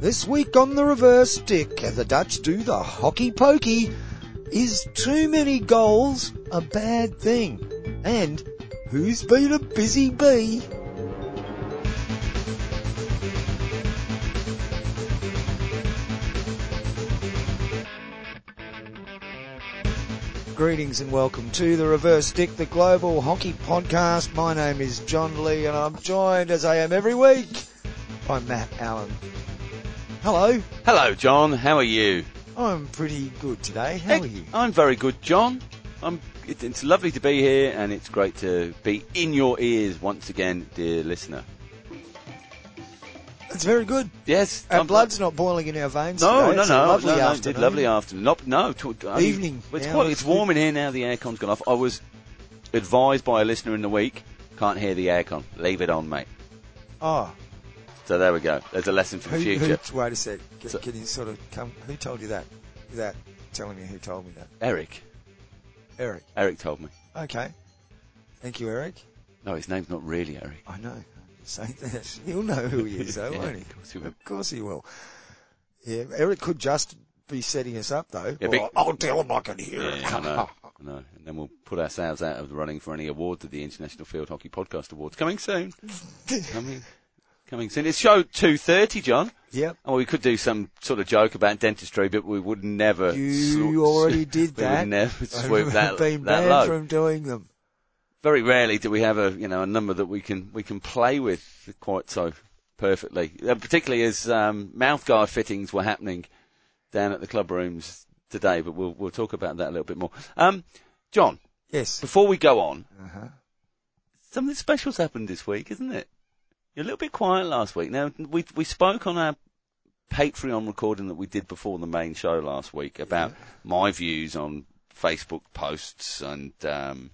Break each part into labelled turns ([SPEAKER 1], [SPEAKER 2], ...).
[SPEAKER 1] This week on the reverse stick, the Dutch do the hockey pokey. Is too many goals a bad thing? And who's been a busy bee? Greetings and welcome to the Reverse Stick, the global hockey podcast. My name is John Lee and I'm joined as I am every week by Matt Allen. Hello,
[SPEAKER 2] Hello, John. How are you?
[SPEAKER 1] I'm pretty good today. How are you?
[SPEAKER 2] I'm very good, John. I'm, it, it's lovely to be here, and it's great to be in your ears once again, dear listener.
[SPEAKER 1] It's very good.
[SPEAKER 2] Yes,
[SPEAKER 1] Our
[SPEAKER 2] I'm-
[SPEAKER 1] blood's not boiling in our veins.
[SPEAKER 2] No,
[SPEAKER 1] today.
[SPEAKER 2] no,
[SPEAKER 1] It's a
[SPEAKER 2] no,
[SPEAKER 1] lovely
[SPEAKER 2] no, no,
[SPEAKER 1] afternoon.
[SPEAKER 2] Did lovely afternoon. Not, no, t- I mean,
[SPEAKER 1] Evening
[SPEAKER 2] It's
[SPEAKER 1] now,
[SPEAKER 2] quite,
[SPEAKER 1] it's
[SPEAKER 2] it's warm in here now. The aircon's gone off. I was advised by a listener in the week. Can't hear the aircon. Leave it on, mate.
[SPEAKER 1] Oh,
[SPEAKER 2] So there we go. There's a lesson for
[SPEAKER 1] who,
[SPEAKER 2] the future.
[SPEAKER 1] who- wait a sec. Can,
[SPEAKER 2] So-
[SPEAKER 1] can you sort of come? Who told you that? That telling me who told me that?
[SPEAKER 2] Eric.
[SPEAKER 1] Eric.
[SPEAKER 2] Eric told me.
[SPEAKER 1] Okay. Thank you, Eric.
[SPEAKER 2] No, his name's not really Eric.
[SPEAKER 1] I know. I'm just saying that. He'll know who he is, though,
[SPEAKER 2] Yeah,
[SPEAKER 1] won't he?
[SPEAKER 2] of course he will.
[SPEAKER 1] Of course he will. Yeah, Eric could just be setting us up, though.
[SPEAKER 2] Yeah,
[SPEAKER 1] Or,
[SPEAKER 2] big-
[SPEAKER 1] I'll tell him I can hear it.
[SPEAKER 2] Yeah, I know. I know. And then we'll put ourselves out of the running for any awards at the International Field Hockey Podcast Awards. Coming soon. coming, coming soon. It's show 2.30, John.
[SPEAKER 1] Yep.
[SPEAKER 2] Oh, we could do some sort of joke about dentistry, but we would never.
[SPEAKER 1] You
[SPEAKER 2] slo-
[SPEAKER 1] already did
[SPEAKER 2] we
[SPEAKER 1] that.
[SPEAKER 2] would never swoop
[SPEAKER 1] I've
[SPEAKER 2] that,
[SPEAKER 1] been
[SPEAKER 2] that
[SPEAKER 1] banned
[SPEAKER 2] low.
[SPEAKER 1] from doing them.
[SPEAKER 2] Very rarely do we have a you know a number that we can we can play with quite so perfectly. Uh, particularly as um, mouthguard fittings were happening down at the club rooms today, but we'll we'll talk about that a little bit more. Um, John,
[SPEAKER 1] Yes.
[SPEAKER 2] before we go on,
[SPEAKER 1] Uh-huh.
[SPEAKER 2] something special's happened this week, isn't it? You're a little bit quiet last week. Now we we spoke on our Patreon recording that we did before the main show last week about my views on Facebook posts and um,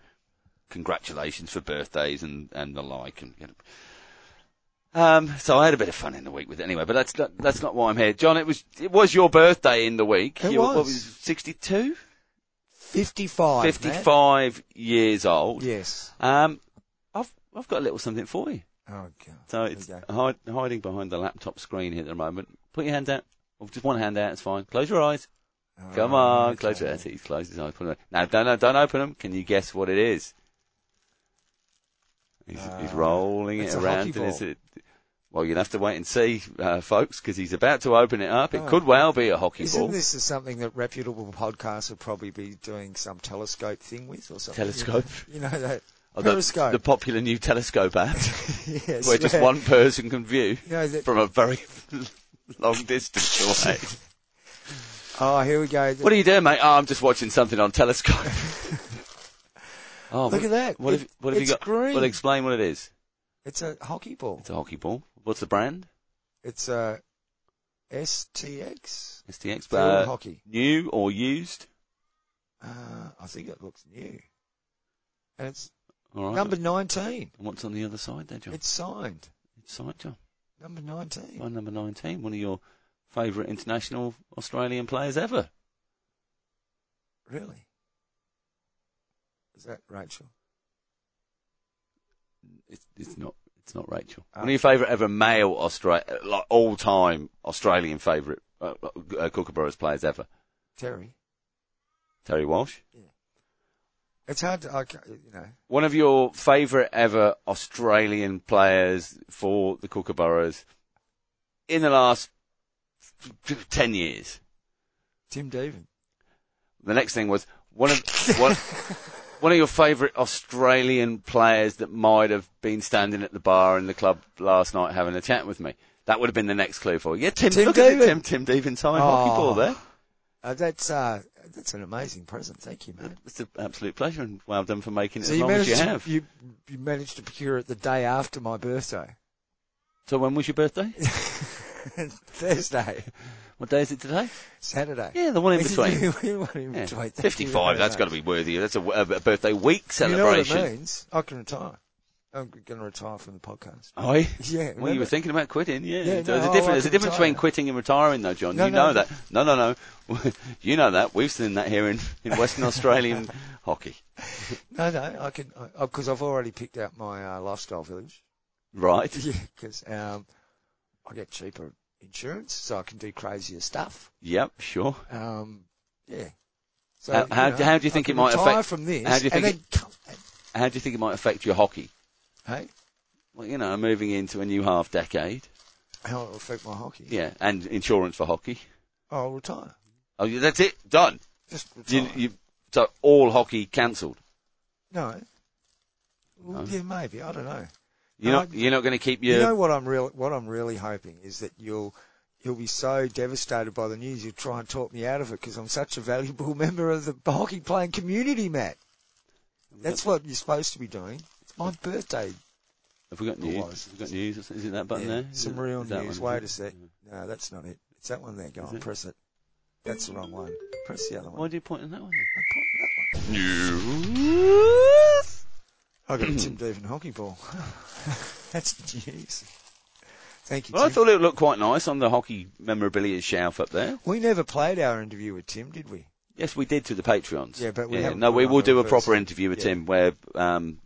[SPEAKER 2] congratulations for birthdays and, and the like. And you know. um, so I had a bit of fun in the week with it anyway. But that's not, that's not why I'm here, John. It was it was your birthday in the week.
[SPEAKER 1] It
[SPEAKER 2] you, were- What
[SPEAKER 1] was.
[SPEAKER 2] was 62,
[SPEAKER 1] 55. Matt.
[SPEAKER 2] 55 years old.
[SPEAKER 1] Yes.
[SPEAKER 2] Um, I've I've got a little something for you.
[SPEAKER 1] Oh, God.
[SPEAKER 2] So it's
[SPEAKER 1] Okay.
[SPEAKER 2] hide, hiding behind the laptop screen here at the moment. Put your hand out. Or just one hand out, it's fine. Close your eyes.
[SPEAKER 1] Oh,
[SPEAKER 2] Come on, close your eyes. He's closed his eyes. Put 'em away. Now, don't, no, don't open them. Can you guess what it is? He's, he's
[SPEAKER 1] Uh,
[SPEAKER 2] rolling
[SPEAKER 1] it's
[SPEAKER 2] it
[SPEAKER 1] a
[SPEAKER 2] around.
[SPEAKER 1] hockey
[SPEAKER 2] and is
[SPEAKER 1] ball.
[SPEAKER 2] it? Well, you'll have to wait and see, uh, folks, because he's about to open it up. It
[SPEAKER 1] Oh.
[SPEAKER 2] could well be a hockey
[SPEAKER 1] Isn't
[SPEAKER 2] ball.
[SPEAKER 1] this is something that reputable podcasts would probably be doing some telescope thing with or something?
[SPEAKER 2] Telescope.
[SPEAKER 1] You know, you know that
[SPEAKER 2] Although
[SPEAKER 1] periscope.
[SPEAKER 2] The popular new telescope app,
[SPEAKER 1] yes,
[SPEAKER 2] where just one person can view
[SPEAKER 1] You know, that,
[SPEAKER 2] from a very long distance away.
[SPEAKER 1] oh, here we go.
[SPEAKER 2] What are you doing, mate? Oh, I'm just watching something on telescope. oh,
[SPEAKER 1] Look at that.
[SPEAKER 2] What
[SPEAKER 1] It-
[SPEAKER 2] have, what have
[SPEAKER 1] it's
[SPEAKER 2] you got?
[SPEAKER 1] green.
[SPEAKER 2] Well, explain what it is.
[SPEAKER 1] it's a hockey ball.
[SPEAKER 2] It's a hockey ball. What's the brand?
[SPEAKER 1] It's a STX.
[SPEAKER 2] STX.
[SPEAKER 1] Field
[SPEAKER 2] Uh,
[SPEAKER 1] hockey.
[SPEAKER 2] new or used?
[SPEAKER 1] Uh, I think it looks new. And it's
[SPEAKER 2] All right.
[SPEAKER 1] number 19.
[SPEAKER 2] And what's on the other side there, John?
[SPEAKER 1] It's signed.
[SPEAKER 2] It's side, John.
[SPEAKER 1] Number 19.
[SPEAKER 2] By number 19, one of your favourite international Australian players ever.
[SPEAKER 1] Really? Is that Rachel?
[SPEAKER 2] It's, it's not. It's not Rachel.
[SPEAKER 1] Ah.
[SPEAKER 2] one of your favourite ever male Australian, like all-time Australian favourite uh, uh, Kookaburras players ever.
[SPEAKER 1] Terry.
[SPEAKER 2] Terry Walsh.
[SPEAKER 1] It's hard to, I, ca- you know.
[SPEAKER 2] one of your favourite ever Australian players for the Kookaburras in the last f- 10 years.
[SPEAKER 1] Tim Devan.
[SPEAKER 2] The next thing was one of, one, one of your favourite Australian players that might have been standing at the bar in the club last night having a chat with me. That would have been the next clue for you. Yeah, Tim,
[SPEAKER 1] Tim
[SPEAKER 2] look at
[SPEAKER 1] Devan.
[SPEAKER 2] Tim, Tim Devan signed hockey
[SPEAKER 1] Oh.
[SPEAKER 2] ball there.
[SPEAKER 1] Uh, that's uh, that's an amazing present. Thank you, man.
[SPEAKER 2] It's an absolute pleasure and well done for making it as long as
[SPEAKER 1] managed
[SPEAKER 2] you
[SPEAKER 1] to,
[SPEAKER 2] have.
[SPEAKER 1] You, you managed to procure it the day after my birthday,
[SPEAKER 2] So when was your birthday?
[SPEAKER 1] Thursday,
[SPEAKER 2] What day is it today?
[SPEAKER 1] Saturday.
[SPEAKER 2] Yeah, the one in between.
[SPEAKER 1] one in
[SPEAKER 2] Yeah.
[SPEAKER 1] between. Thank you
[SPEAKER 2] 55,
[SPEAKER 1] very
[SPEAKER 2] that's got to
[SPEAKER 1] much.
[SPEAKER 2] be worthy. That's a, a birthday week
[SPEAKER 1] You know what
[SPEAKER 2] celebration.
[SPEAKER 1] it means? I can retire. I'm going to retire from the podcast.
[SPEAKER 2] Oh, yeah.
[SPEAKER 1] Yeah.
[SPEAKER 2] Well, you were
[SPEAKER 1] remember?
[SPEAKER 2] thinking about quitting, yeah.
[SPEAKER 1] Yeah,
[SPEAKER 2] there's
[SPEAKER 1] no,
[SPEAKER 2] a
[SPEAKER 1] I like
[SPEAKER 2] difference, there's a
[SPEAKER 1] to
[SPEAKER 2] difference
[SPEAKER 1] retire.
[SPEAKER 2] between quitting and retiring, though, John.
[SPEAKER 1] No,
[SPEAKER 2] you
[SPEAKER 1] no.
[SPEAKER 2] know that. No, no, no. you know that. We've seen that here in, in Western Australian hockey.
[SPEAKER 1] oh, No, no, I can, because I've already picked out my uh, lifestyle village.
[SPEAKER 2] Right.
[SPEAKER 1] Yeah, because um, I get cheaper insurance, so I can do crazier stuff.
[SPEAKER 2] Yep. Sure.
[SPEAKER 1] Um, yeah. So
[SPEAKER 2] How- how do- how do you
[SPEAKER 1] I
[SPEAKER 2] think
[SPEAKER 1] can
[SPEAKER 2] it might
[SPEAKER 1] retire
[SPEAKER 2] affect-
[SPEAKER 1] from this?
[SPEAKER 2] how do you think
[SPEAKER 1] and then come back,
[SPEAKER 2] How do you think it might affect your hockey?
[SPEAKER 1] hey,
[SPEAKER 2] Well, you know, moving into a new half decade.
[SPEAKER 1] how it'll affect my hockey?
[SPEAKER 2] Yeah, and insurance for hockey.
[SPEAKER 1] I'll retire.
[SPEAKER 2] Oh, yeah, that's it. Done.
[SPEAKER 1] Just retire.
[SPEAKER 2] You, you, so all hockey cancelled.
[SPEAKER 1] no.
[SPEAKER 2] Oh.
[SPEAKER 1] Well,
[SPEAKER 2] No.
[SPEAKER 1] Yeah, maybe. I don't know.
[SPEAKER 2] You're
[SPEAKER 1] No,
[SPEAKER 2] not. You're not going to keep your.
[SPEAKER 1] You know what I'm real what I'm really hoping is that you'll you'll be so devastated by the news you'll try and talk me out of it because I'm such a valuable member of the hockey playing community, Matt. That's what you're supposed to be doing. It's my birthday.
[SPEAKER 2] have we got news?
[SPEAKER 1] Otherwise.
[SPEAKER 2] Have we got news? Is it that button
[SPEAKER 1] Yeah,
[SPEAKER 2] there? Is
[SPEAKER 1] Some
[SPEAKER 2] it-
[SPEAKER 1] real
[SPEAKER 2] is that
[SPEAKER 1] news.
[SPEAKER 2] one?
[SPEAKER 1] Wait a sec. No, that's not it. It's that one there. Go on,
[SPEAKER 2] it?
[SPEAKER 1] press it. That's the wrong one. Press the other
[SPEAKER 2] Why
[SPEAKER 1] one.
[SPEAKER 2] do you point at that one?
[SPEAKER 1] I put that one.
[SPEAKER 2] News.
[SPEAKER 1] I got a Tim Devan hockey ball. that's news. Thank you,
[SPEAKER 2] Well, I
[SPEAKER 1] Tim.
[SPEAKER 2] thought it looked quite nice on the hockey memorabilia shelf up there.
[SPEAKER 1] We never played our interview with Tim, did we?
[SPEAKER 2] Yes, we did to the Patreons.
[SPEAKER 1] Yeah, but we haven't
[SPEAKER 2] no,
[SPEAKER 1] put
[SPEAKER 2] we
[SPEAKER 1] it on
[SPEAKER 2] will
[SPEAKER 1] the
[SPEAKER 2] do a
[SPEAKER 1] reverse.
[SPEAKER 2] proper interview with
[SPEAKER 1] Yeah.
[SPEAKER 2] him where um,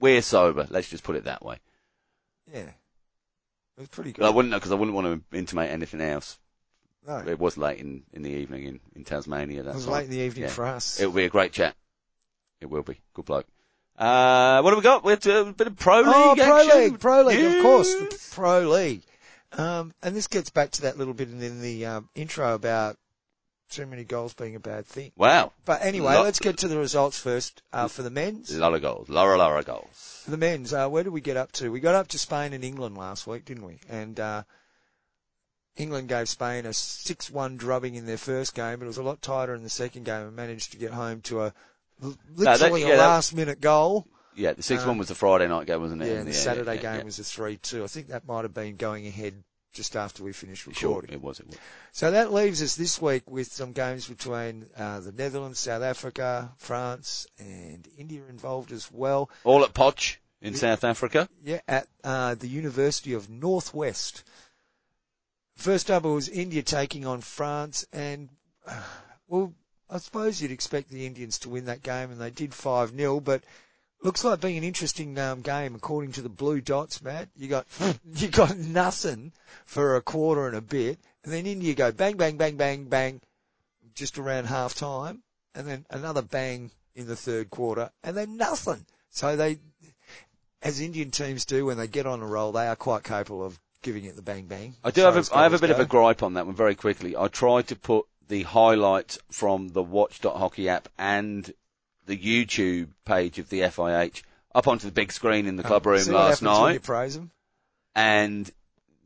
[SPEAKER 2] we're sober. Let's just put it that way.
[SPEAKER 1] Yeah. It was pretty good.
[SPEAKER 2] I wouldn't know because I wouldn't want to intimate anything else.
[SPEAKER 1] no.
[SPEAKER 2] It was late in, in the evening in, in Tasmania. That's
[SPEAKER 1] It was late in the evening
[SPEAKER 2] Yeah.
[SPEAKER 1] for us.
[SPEAKER 2] It will be a great chat. It will be good bloke. Uh, what have we got? We have to, a bit of pro league.
[SPEAKER 1] oh, Pro
[SPEAKER 2] action.
[SPEAKER 1] League, Pro League, of course,
[SPEAKER 2] Yes.
[SPEAKER 1] the Pro League. Um, and this gets back to that little bit in the um, intro about too many goals being a bad thing.
[SPEAKER 2] Wow,
[SPEAKER 1] But anyway,
[SPEAKER 2] Lot-
[SPEAKER 1] let's get to the results first uh, for the men's.
[SPEAKER 2] lot of goals, lot of, lot of goals.
[SPEAKER 1] For the men's, uh, where did we get up to? We got up to Spain and England last week, didn't we? And uh, England gave Spain a 6-1 drubbing in their first game, but it was a lot tighter in the second game and managed to get home to a
[SPEAKER 2] that-
[SPEAKER 1] literally
[SPEAKER 2] yeah,
[SPEAKER 1] a
[SPEAKER 2] that-
[SPEAKER 1] last-minute goal.
[SPEAKER 2] Yeah, the six
[SPEAKER 1] Um,
[SPEAKER 2] one was the Friday night game, wasn't it?
[SPEAKER 1] Yeah, and the Saturday
[SPEAKER 2] yeah,
[SPEAKER 1] game
[SPEAKER 2] yeah.
[SPEAKER 1] was a 3-2. I think that might have been going ahead just after we finished
[SPEAKER 2] Sure,
[SPEAKER 1] recording.
[SPEAKER 2] it was. It was.
[SPEAKER 1] So that leaves us this week with some games between uh, the Netherlands, South Africa, France, and India involved as well.
[SPEAKER 2] All at Poch in South Africa.
[SPEAKER 1] Yeah, at uh, the University of Northwest. First up was India taking on France, and uh, well, I suppose you'd expect the Indians to win that game, and they did five 0 But looks like being an interesting um, game, according to the blue dots, Matt. You got you got nothing for a quarter and a bit, and then India go bang, bang, bang, bang, bang, just around half time, and then another bang in the third quarter, and then nothing. So they as Indian teams do when they get on a roll, they are quite capable of giving it the bang bang.
[SPEAKER 2] I do
[SPEAKER 1] As
[SPEAKER 2] have
[SPEAKER 1] far as
[SPEAKER 2] a, I have a
[SPEAKER 1] goals
[SPEAKER 2] bit of
[SPEAKER 1] go.
[SPEAKER 2] a gripe on that one very quickly. I tried to put the highlights from the Watch.Hockey app and the YouTube page of the FIH up onto the big screen in the club
[SPEAKER 1] Um,
[SPEAKER 2] room
[SPEAKER 1] see what
[SPEAKER 2] last
[SPEAKER 1] happens when
[SPEAKER 2] night,
[SPEAKER 1] you praise 'em?
[SPEAKER 2] and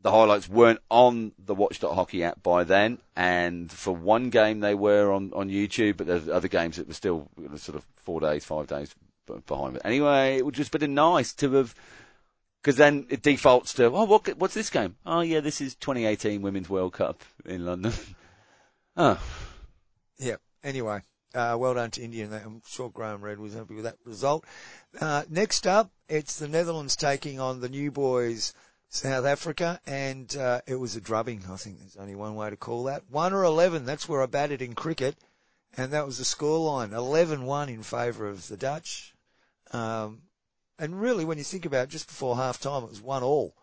[SPEAKER 2] the highlights weren't on the Watch.Hockey app by then. And for one game they were on, on YouTube, but there's other games that were still you know, sort of four days, five days b- behind. But anyway, it would just been nice to have. Because then it defaults to, oh, what, what's this game? Oh, yeah, this is 2018 Women's World Cup in London. oh,
[SPEAKER 1] Yeah. Anyway, uh, well done to India. and that- I'm sure Graham Red was happy with that result. Uh, next up, it's the Netherlands taking on the new boys, South Africa, and uh, it was a drubbing. I think there's only one way to call that. One or eleven. That's where I batted in cricket, and that was the scoreline: 11-1 in favour of the Dutch. Um, and really, when you think about it, just before half time, it was one all.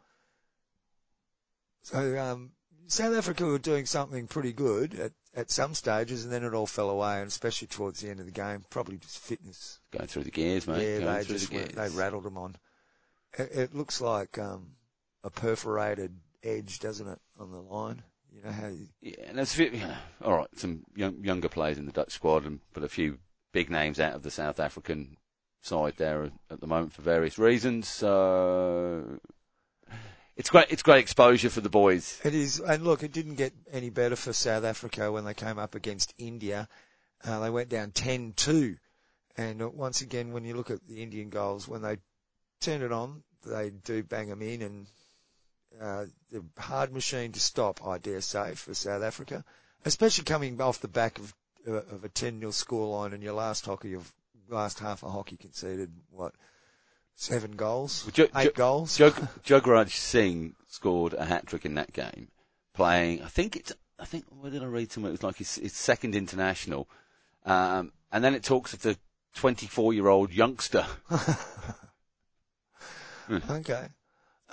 [SPEAKER 1] So um, South Africa were doing something pretty good at, at some stages, and then it all fell away, and especially towards the end of the game, probably just fitness.
[SPEAKER 2] going through the gears, mate.
[SPEAKER 1] yeah,
[SPEAKER 2] going
[SPEAKER 1] they
[SPEAKER 2] through
[SPEAKER 1] just
[SPEAKER 2] the
[SPEAKER 1] went, they
[SPEAKER 2] gears.
[SPEAKER 1] rattled them on. It, it looks like um, a perforated edge, doesn't it, on the line? You know how you,
[SPEAKER 2] Yeah, and there's a few, yeah, all right, some young, younger players in the Dutch squad, and but a few big names out of the South African side there at the moment for various reasons. So it's great, it's great exposure for the boys.
[SPEAKER 1] It is, and look, it didn't get any better for South Africa when they came up against India. Uh, they went down 10-2, and uh, once again, when you look at the Indian goals, when they turn it on, they do bang them in, and uh, the hard machine to stop, I dare say, for South Africa, especially coming off the back of uh, of a 10-0 scoreline and your last hockey of last half of hockey conceded what seven goals,
[SPEAKER 2] Ju- ju-
[SPEAKER 1] eight goals.
[SPEAKER 2] Jug, Jugraj Singh scored a hat trick in that game, playing. I think it's. I think where did I read somewhere? It was like his, his second international, um, and then it talks of the
[SPEAKER 1] Hmm.
[SPEAKER 2] 24-year-old youngster.
[SPEAKER 1] Okay.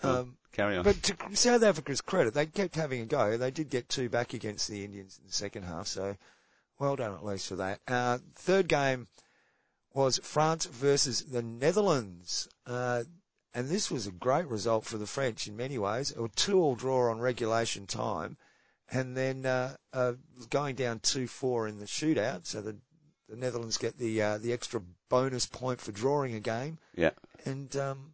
[SPEAKER 1] Um,
[SPEAKER 2] Carry on.
[SPEAKER 1] but to South Africa's credit, they kept having a go. They did get two back against the Indians in the second half, so well done at least for that. Uh, third game was France versus the Netherlands. Uh, and this was a great result for the French in many ways. A two-all draw on regulation time, and then uh, uh, going down two-four in the shootout. So the, the Netherlands get the uh, the extra bonus point for drawing a game,
[SPEAKER 2] yeah.
[SPEAKER 1] and um,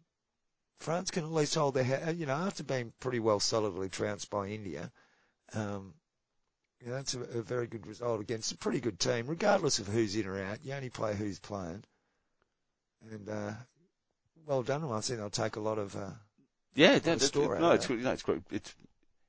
[SPEAKER 1] France can at least hold their head. You know, after being pretty well solidly trounced by India, um, you know, that's a, a very good result against a pretty good team, regardless of who's in or out. You only play who's playing, and uh, well done. to 'em. I think they'll take a lot of. Uh,
[SPEAKER 2] Yeah,
[SPEAKER 1] the
[SPEAKER 2] that, that,
[SPEAKER 1] story
[SPEAKER 2] no,
[SPEAKER 1] out
[SPEAKER 2] it's
[SPEAKER 1] there.
[SPEAKER 2] good. No, it's, good. It's,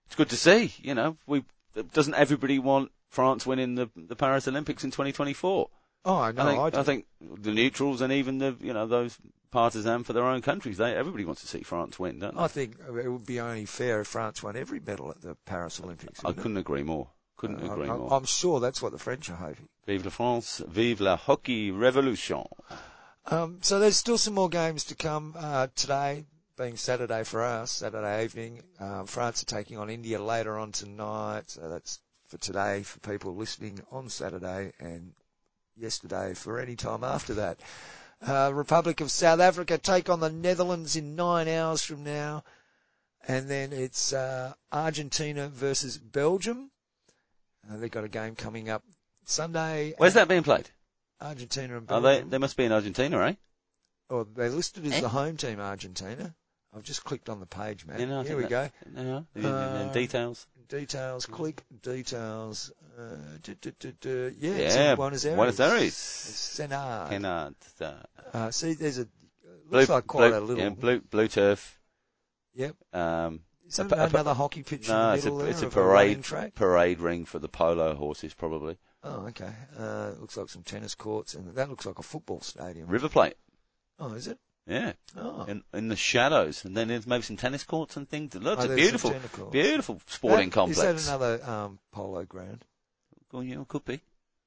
[SPEAKER 2] it's good to see. You know, we doesn't everybody want France winning the the Paris Olympics in 2024?
[SPEAKER 1] oh, I know.
[SPEAKER 2] I think
[SPEAKER 1] I do.
[SPEAKER 2] I, think the neutrals and even the you know those partisan for their own countries, they everybody wants to see France win, don't they?
[SPEAKER 1] I think it would be only fair if France won every medal at the Paris Olympics.
[SPEAKER 2] I
[SPEAKER 1] wouldn't it?
[SPEAKER 2] couldn't agree more. Couldn't
[SPEAKER 1] I-
[SPEAKER 2] agree
[SPEAKER 1] I'm,
[SPEAKER 2] more.
[SPEAKER 1] I'm sure that's what the French are hoping.
[SPEAKER 2] Vive la France, vive la hockey revolution.
[SPEAKER 1] Um, so there's still some more games to come uh, today, being Saturday for us, Saturday evening. Um, France are taking on India later on tonight, so that's for today for people listening on Saturday and yesterday for any time after that. Uh, Republic of South Africa take on the Netherlands in nine hours from now, and then it's uh, Argentina versus Belgium. Uh, they've got a game coming up Sunday.
[SPEAKER 2] Where's that being played?
[SPEAKER 1] Argentina and
[SPEAKER 2] Are
[SPEAKER 1] Belgium.
[SPEAKER 2] they? They must be in Argentina, eh?
[SPEAKER 1] Oh, they're listed as
[SPEAKER 2] Eh?
[SPEAKER 1] the home team, Argentina. I've just clicked on the page, man.
[SPEAKER 2] You know, I
[SPEAKER 1] Here
[SPEAKER 2] think
[SPEAKER 1] we go.
[SPEAKER 2] that- No, no,
[SPEAKER 1] Uh,
[SPEAKER 2] details.
[SPEAKER 1] Details. Click details. Uh, du- du- du- du. Yeah, it's
[SPEAKER 2] Yeah,
[SPEAKER 1] in Buenos Aires.
[SPEAKER 2] Buenos Aires.
[SPEAKER 1] Senad.
[SPEAKER 2] Cannot. Uh,
[SPEAKER 1] Uh, see, there's a
[SPEAKER 2] blue,
[SPEAKER 1] looks like quite
[SPEAKER 2] blue-
[SPEAKER 1] a little.
[SPEAKER 2] yeah, blue, blue turf.
[SPEAKER 1] Yep.
[SPEAKER 2] Um,
[SPEAKER 1] Is that
[SPEAKER 2] a pa- a pa-
[SPEAKER 1] another hockey pitch
[SPEAKER 2] No,
[SPEAKER 1] in the
[SPEAKER 2] it's a-
[SPEAKER 1] middle there
[SPEAKER 2] it's a
[SPEAKER 1] of running
[SPEAKER 2] parade.
[SPEAKER 1] track?
[SPEAKER 2] parade ring for the polo horses, probably.
[SPEAKER 1] Oh, okay. Uh, looks like some tennis courts, and that looks like a football stadium.
[SPEAKER 2] River Plate.
[SPEAKER 1] Oh, is it?
[SPEAKER 2] Yeah,
[SPEAKER 1] Oh,
[SPEAKER 2] in, in the shadows, and then there's maybe some tennis courts and things. It looks
[SPEAKER 1] Oh, there's
[SPEAKER 2] a
[SPEAKER 1] some
[SPEAKER 2] beautiful,
[SPEAKER 1] tennis courts.
[SPEAKER 2] beautiful
[SPEAKER 1] That-
[SPEAKER 2] sporting
[SPEAKER 1] Is
[SPEAKER 2] complex.
[SPEAKER 1] that another um, polo ground?
[SPEAKER 2] Well, yeah, it could be.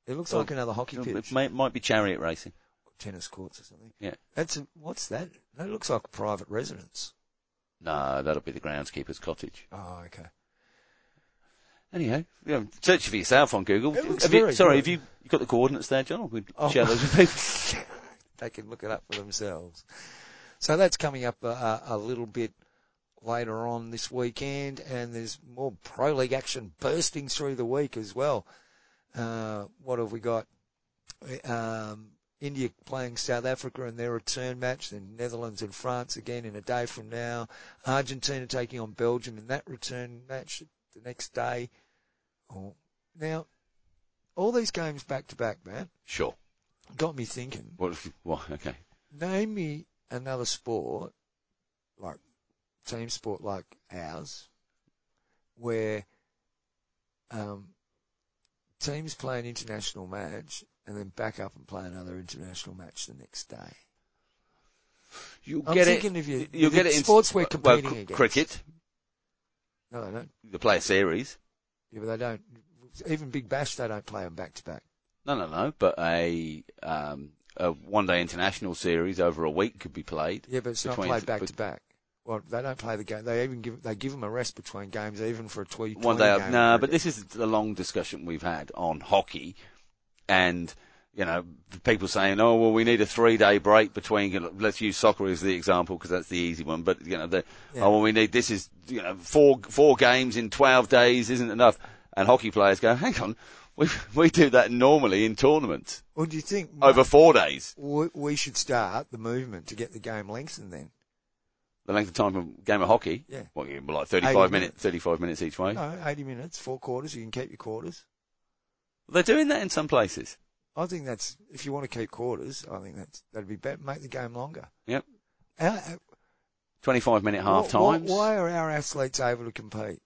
[SPEAKER 1] It looks
[SPEAKER 2] Well,
[SPEAKER 1] like another hockey pitch.
[SPEAKER 2] It may, might be chariot racing.
[SPEAKER 1] tennis courts or something.
[SPEAKER 2] Yeah.
[SPEAKER 1] That's a, what's that? That looks like a private residence.
[SPEAKER 2] No, that'll be the groundskeeper's cottage.
[SPEAKER 1] Oh, okay.
[SPEAKER 2] Anyhow, you know, search for yourself on Google.
[SPEAKER 1] It looks
[SPEAKER 2] Have you-
[SPEAKER 1] very
[SPEAKER 2] sorry,
[SPEAKER 1] good.
[SPEAKER 2] have you you got the coordinates there, John? Or we
[SPEAKER 1] Oh.
[SPEAKER 2] share those with people.
[SPEAKER 1] They can look it up for themselves. So that's coming up a, a, a little bit later on this weekend, and there's more pro league action bursting through the week as well. Uh, what have we got? Um, India playing South Africa in their return match, then Netherlands and France again in a day from now. Argentina taking on Belgium in that return match the next day. Oh, Now, all these games back to back, man,
[SPEAKER 2] Sure.
[SPEAKER 1] got me thinking.
[SPEAKER 2] What? What? Okay.
[SPEAKER 1] Name me another sport, like team sport like ours, where um, teams play an international match and then back up and play another international match the next day.
[SPEAKER 2] You'll
[SPEAKER 1] I'm
[SPEAKER 2] get
[SPEAKER 1] thinking
[SPEAKER 2] it.
[SPEAKER 1] of you-
[SPEAKER 2] You'll
[SPEAKER 1] the
[SPEAKER 2] get it in
[SPEAKER 1] sports we're
[SPEAKER 2] well,
[SPEAKER 1] competing
[SPEAKER 2] cr-
[SPEAKER 1] against.
[SPEAKER 2] Cricket.
[SPEAKER 1] No, they don't.
[SPEAKER 2] They play a series.
[SPEAKER 1] Yeah, but they don't. Even Big Bash, they don't play them back to back.
[SPEAKER 2] No, no, no. But a um, a one-day international series over a week could be played.
[SPEAKER 1] Yeah, but it's not
[SPEAKER 2] Between-
[SPEAKER 1] played back
[SPEAKER 2] but-
[SPEAKER 1] to back. Well, they don't play the game. They even give they give them a rest between games, even for a twenty.
[SPEAKER 2] one day.
[SPEAKER 1] 20
[SPEAKER 2] No,
[SPEAKER 1] game
[SPEAKER 2] but this is the long discussion we've had on hockey, and you know, the people saying, "Oh, well, we need a three-day break between." Let's use soccer as the example because that's the easy one. But you know, the,
[SPEAKER 1] Yeah.
[SPEAKER 2] oh, well, we need this is you know four four games in twelve days isn't enough, and hockey players go, "Hang on, we we do that normally in tournaments
[SPEAKER 1] Well, do you think
[SPEAKER 2] over four days."
[SPEAKER 1] we, we should start the movement to get the game lengthened then?
[SPEAKER 2] The length of time of a game of hockey,
[SPEAKER 1] Yeah.
[SPEAKER 2] what, you- like thirty-five minutes,
[SPEAKER 1] minutes.
[SPEAKER 2] thirty-five minutes each way.
[SPEAKER 1] No, 80 minutes, four quarters. You can keep your quarters.
[SPEAKER 2] They're doing that in some places.
[SPEAKER 1] I think that's if you want to keep quarters. I think that's that'd be better. Make the game longer.
[SPEAKER 2] Yep,
[SPEAKER 1] Our,
[SPEAKER 2] twenty-five minute
[SPEAKER 1] wh-
[SPEAKER 2] half
[SPEAKER 1] wh-
[SPEAKER 2] times.
[SPEAKER 1] Why are our athletes able to compete?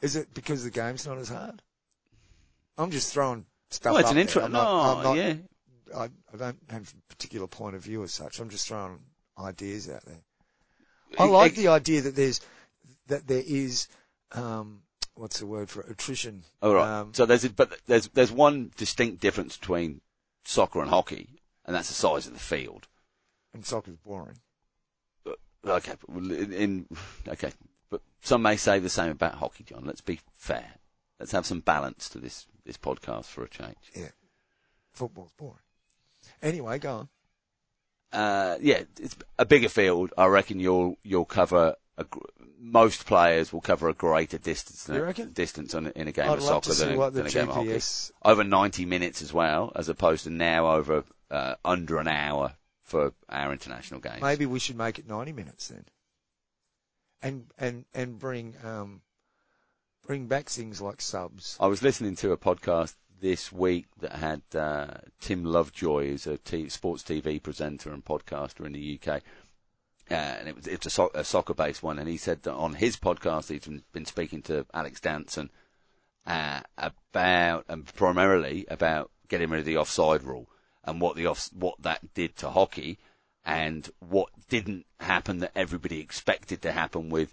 [SPEAKER 1] Is it because the game's not as hard? I'm just throwing stuff.
[SPEAKER 2] Well, Oh, it's
[SPEAKER 1] up
[SPEAKER 2] an
[SPEAKER 1] there.
[SPEAKER 2] intro.
[SPEAKER 1] I'm not- I'm
[SPEAKER 2] no,
[SPEAKER 1] not-
[SPEAKER 2] yeah.
[SPEAKER 1] I, I don't have a particular point of view as such. I'm just throwing ideas out there. I like the idea that there's that there is um, what's the word for it? attrition.
[SPEAKER 2] All right.
[SPEAKER 1] Um,
[SPEAKER 2] so there's a, but there's there's one distinct difference between soccer and hockey, and that's the size of the field.
[SPEAKER 1] and soccer's boring.
[SPEAKER 2] okay, but well, in, in okay, but some may say the same about hockey, John. Let's be fair. Let's have some balance to this this podcast for a change.
[SPEAKER 1] Football's boring. Anyway, go on.
[SPEAKER 2] uh, yeah, it's a bigger field. I reckon you'll you'll cover a, gr- most players will cover a greater distance than
[SPEAKER 1] You reckon?
[SPEAKER 2] distance on, a- in a game
[SPEAKER 1] I'd
[SPEAKER 2] of
[SPEAKER 1] love
[SPEAKER 2] soccer
[SPEAKER 1] to see
[SPEAKER 2] than, a-
[SPEAKER 1] what the
[SPEAKER 2] than a game of hockey.
[SPEAKER 1] GPS.
[SPEAKER 2] Over 90 minutes as well, as opposed to now over uh, under an hour for our international games.
[SPEAKER 1] Maybe we should make it 90 minutes then. And, and, and bring, um, bring back things like subs.
[SPEAKER 2] I was listening to a podcast this week that had uh, Tim Lovejoy, who's a t- sports TV presenter and podcaster in the UK. Uh, and it was it's a, so- a soccer-based one, and he said that on his podcast he's been, been speaking to Alex Danson uh, about and primarily about getting rid of the offside rule and what the off- what that did to hockey and what didn't happen that everybody expected to happen with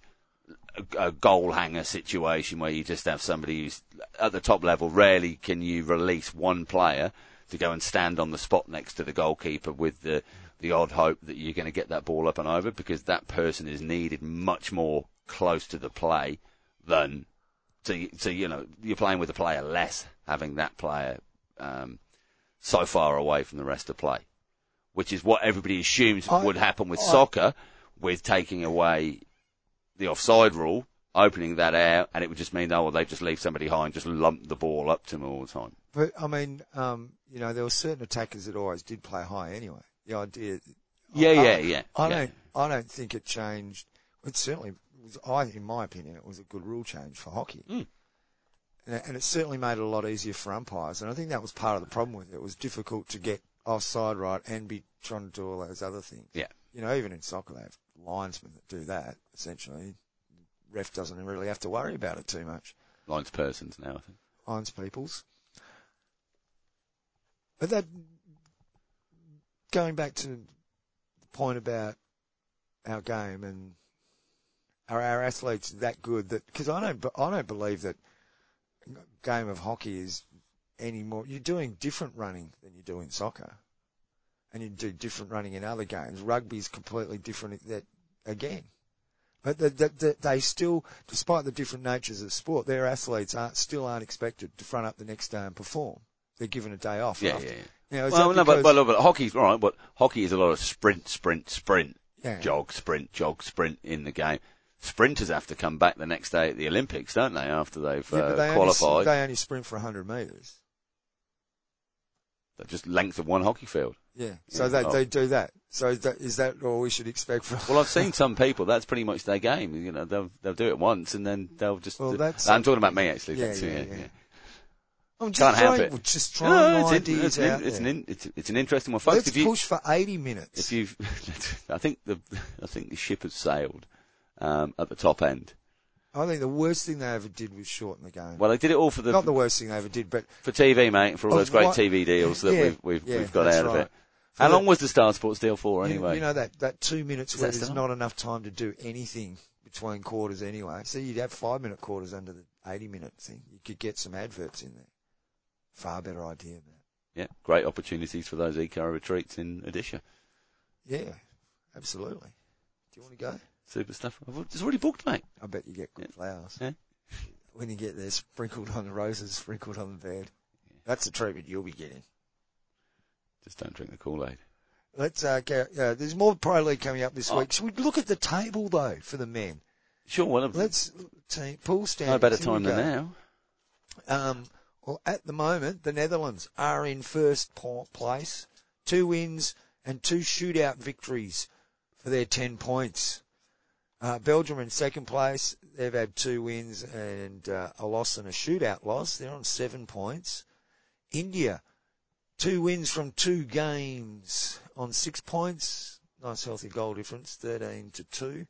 [SPEAKER 2] a, a goal hanger situation where you just have somebody who's at the top level. Rarely can you release one player to go and stand on the spot next to the goalkeeper with the the odd hope that you're going to get that ball up and over because that person is needed much more close to the play than so you, so you know you're playing with a player less having that player um, so far away from the rest of play, which is what everybody assumes
[SPEAKER 1] I-
[SPEAKER 2] would happen with
[SPEAKER 1] I-
[SPEAKER 2] soccer with taking away the offside rule, opening that out, and it would just mean oh well they just leave somebody high and just lump the ball up to them all the time.
[SPEAKER 1] But I mean, um, you know, there were certain attackers that always did play high anyway. The idea.
[SPEAKER 2] Yeah,
[SPEAKER 1] I-
[SPEAKER 2] yeah, yeah.
[SPEAKER 1] I
[SPEAKER 2] yeah.
[SPEAKER 1] don't, I don't think it changed. It certainly was, I, in my opinion, it was a good rule change for hockey.
[SPEAKER 2] Mm.
[SPEAKER 1] And, it- and it certainly made it a lot easier for umpires. And I think that was part of the problem with it. It was difficult to get offside right and be trying to do all those other things.
[SPEAKER 2] Yeah.
[SPEAKER 1] You know, even in soccer, they have linesmen that do that, essentially. Ref doesn't really have to worry about it too much.
[SPEAKER 2] Lines persons now. I think.
[SPEAKER 1] Irons peoples. But that, going back to the point about our game and are our athletes that good that because I don't be- I don't believe that game of hockey is any more. You're doing different running than you do in soccer, and you do different running in other games. Rugby's completely different. That again. But that, that, that they still, despite the different natures of sport, their athletes aren't, still aren't expected to front up the next day and perform. They're given a day off.
[SPEAKER 2] Yeah,
[SPEAKER 1] after.
[SPEAKER 2] yeah. yeah.
[SPEAKER 1] Now, is
[SPEAKER 2] Well,
[SPEAKER 1] that
[SPEAKER 2] no, but,
[SPEAKER 1] because-
[SPEAKER 2] but, but hockey's all right, but hockey is a lot of sprint, sprint, sprint.
[SPEAKER 1] yeah.
[SPEAKER 2] jog, sprint, jog, sprint in the game. Sprinters have to come back the next day at the Olympics, don't they? After they've
[SPEAKER 1] Yeah,
[SPEAKER 2] uh,
[SPEAKER 1] but they
[SPEAKER 2] qualified,
[SPEAKER 1] Only, they only sprint for 100 metres.
[SPEAKER 2] They're just length of one hockey field.
[SPEAKER 1] Yeah. So
[SPEAKER 2] Yeah.
[SPEAKER 1] they,
[SPEAKER 2] Oh.
[SPEAKER 1] they do that. So is that, is that all we should expect from?
[SPEAKER 2] Well, I've seen some people. That's pretty much their game. You know, they'll they'll do it once and then they'll just.
[SPEAKER 1] Well,
[SPEAKER 2] do-
[SPEAKER 1] that's-
[SPEAKER 2] I'm talking about me actually.
[SPEAKER 1] Yeah,
[SPEAKER 2] That's-
[SPEAKER 1] yeah,
[SPEAKER 2] yeah,
[SPEAKER 1] yeah.
[SPEAKER 2] yeah.
[SPEAKER 1] I'm just
[SPEAKER 2] Can't
[SPEAKER 1] trying,
[SPEAKER 2] help it.
[SPEAKER 1] Just
[SPEAKER 2] No,
[SPEAKER 1] trying
[SPEAKER 2] it's, in-
[SPEAKER 1] ideas
[SPEAKER 2] it's, an,
[SPEAKER 1] out
[SPEAKER 2] it's, an
[SPEAKER 1] there.
[SPEAKER 2] in, it's, it's an interesting one, folks.
[SPEAKER 1] Let's
[SPEAKER 2] if you
[SPEAKER 1] push for 80 minutes.
[SPEAKER 2] if you've, I think the I think the ship has sailed um, at the top end.
[SPEAKER 1] I think the worst thing they ever did was shorten the game.
[SPEAKER 2] Well, they did it all for the
[SPEAKER 1] Not the worst thing they ever did, but
[SPEAKER 2] for TV, mate, and for all
[SPEAKER 1] Oh,
[SPEAKER 2] those great
[SPEAKER 1] what-
[SPEAKER 2] TV deals that
[SPEAKER 1] yeah,
[SPEAKER 2] we've we've,
[SPEAKER 1] yeah,
[SPEAKER 2] we've got
[SPEAKER 1] that's
[SPEAKER 2] out of
[SPEAKER 1] right.
[SPEAKER 2] it. How
[SPEAKER 1] the-
[SPEAKER 2] long was the Star Sports deal for
[SPEAKER 1] you-
[SPEAKER 2] anyway?
[SPEAKER 1] you, know that, that two minutes
[SPEAKER 2] Is
[SPEAKER 1] where
[SPEAKER 2] that
[SPEAKER 1] there's
[SPEAKER 2] still
[SPEAKER 1] not enough time to do anything between quarters anyway. So you'd have five minute quarters under the 80 minute thing. You could get some adverts in there. Far better idea, man.
[SPEAKER 2] yeah, great opportunities for those eco retreats in Odisha.
[SPEAKER 1] Yeah, absolutely. Do you want to go?
[SPEAKER 2] Super stuff. I've al- It's already booked, mate.
[SPEAKER 1] I bet you get good flowers.
[SPEAKER 2] Yeah.
[SPEAKER 1] When you get there, sprinkled on the roses, sprinkled on the bed. That's the treatment you'll be getting.
[SPEAKER 2] Just don't drink the Kool Aid.
[SPEAKER 1] Let's uh, go. Uh, there's more Pro League coming up this
[SPEAKER 2] Oh.
[SPEAKER 1] week. Should we look at the table though for the men?
[SPEAKER 2] Sure, well, I've-
[SPEAKER 1] Let's team pool standings.
[SPEAKER 2] no better
[SPEAKER 1] Here
[SPEAKER 2] time
[SPEAKER 1] we
[SPEAKER 2] than
[SPEAKER 1] go.
[SPEAKER 2] now.
[SPEAKER 1] Um, well, at the moment, the Netherlands are in first po- place, two wins and two shootout victories for their 10 points. Uh, Belgium in second place. They've had two wins and uh, a loss and a shootout loss. They're on seven points. India, two wins from two games on six points. Nice healthy goal difference, 13 to 2.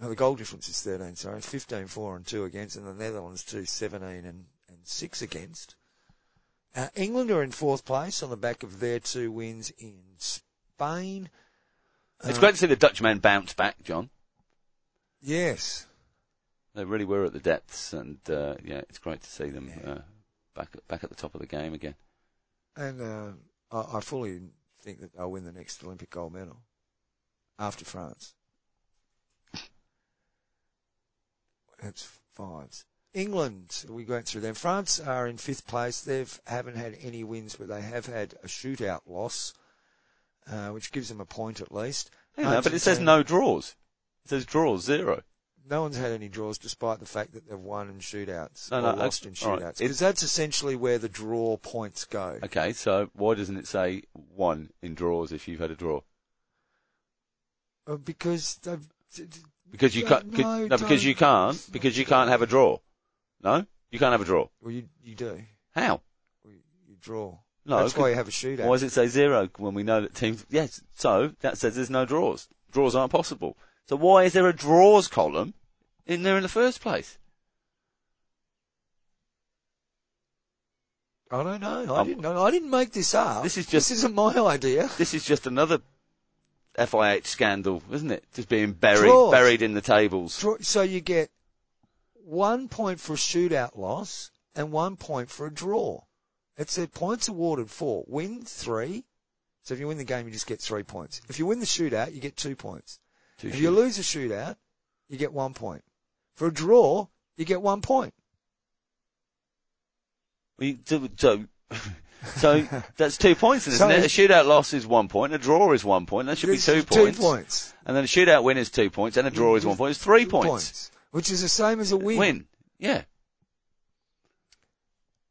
[SPEAKER 1] No, the goal difference is 13, sorry. 15, 4 and 2 against, and the Netherlands 2, 17 and, and 6 against. Uh, England are in fourth place on the back of their two wins in Spain.
[SPEAKER 2] it's
[SPEAKER 1] Uh,
[SPEAKER 2] great to see the Dutchmen bounce back, John.
[SPEAKER 1] Yes.
[SPEAKER 2] They really were at the depths, and uh, yeah, it's great to see them
[SPEAKER 1] Yeah.
[SPEAKER 2] uh, back at- back at the top of the game again.
[SPEAKER 1] And uh, I, I fully think that they'll win the next Olympic gold medal. after France. That's fives. England, we went through them. France are in fifth place. They haven't had any wins, but they have had a shootout loss, uh, which gives them a point at least.
[SPEAKER 2] Hang on, but it says
[SPEAKER 1] Argentina-
[SPEAKER 2] no draws. It says draws, zero.
[SPEAKER 1] no one's had any draws despite the fact that they've won in shootouts
[SPEAKER 2] No,
[SPEAKER 1] or
[SPEAKER 2] no,
[SPEAKER 1] lost in
[SPEAKER 2] okay, all right.
[SPEAKER 1] shootouts. Because
[SPEAKER 2] It's-
[SPEAKER 1] that's essentially where the draw points go.
[SPEAKER 2] Okay, so why doesn't it say one in draws if you've had a draw?
[SPEAKER 1] Uh, Because they've. d- d-
[SPEAKER 2] Because you
[SPEAKER 1] Yeah,
[SPEAKER 2] can't. could-
[SPEAKER 1] no,
[SPEAKER 2] no, because you can't.
[SPEAKER 1] don't.
[SPEAKER 2] Because you can't have a draw. No, you can't have a draw.
[SPEAKER 1] Well, you, you do.
[SPEAKER 2] How?
[SPEAKER 1] Well, You you draw.
[SPEAKER 2] No,
[SPEAKER 1] that's why you have a shootout.
[SPEAKER 2] Why does it say zero when we know that teams? Yes, so that says there's no draws. Draws aren't possible. So why is there a draws column in there in the first place?
[SPEAKER 1] I don't know. I
[SPEAKER 2] Um,
[SPEAKER 1] didn't know. I didn't make this up.
[SPEAKER 2] This is just-
[SPEAKER 1] This isn't my idea.
[SPEAKER 2] This is just another FIH scandal, isn't it? Just being buried,
[SPEAKER 1] Draws.
[SPEAKER 2] buried in the tables.
[SPEAKER 1] Draw- So you get one point for a shootout loss and one point for a draw. It said points awarded for win three. So if you win the game, you just get three points. If you win the shootout, you get two points.
[SPEAKER 2] Two
[SPEAKER 1] if you
[SPEAKER 2] shoots.
[SPEAKER 1] lose a shootout, you get one point. For a draw, you get one point.
[SPEAKER 2] We- so- so, so that's two points, then,
[SPEAKER 1] So-
[SPEAKER 2] isn't it? A shootout loss is one point. A draw is one point. That should
[SPEAKER 1] This
[SPEAKER 2] be two
[SPEAKER 1] is
[SPEAKER 2] points.
[SPEAKER 1] Two points.
[SPEAKER 2] And then a shootout win is two points, and a draw is one point. It's three
[SPEAKER 1] Two
[SPEAKER 2] points.
[SPEAKER 1] Which is the same as a win.
[SPEAKER 2] Win. Yeah.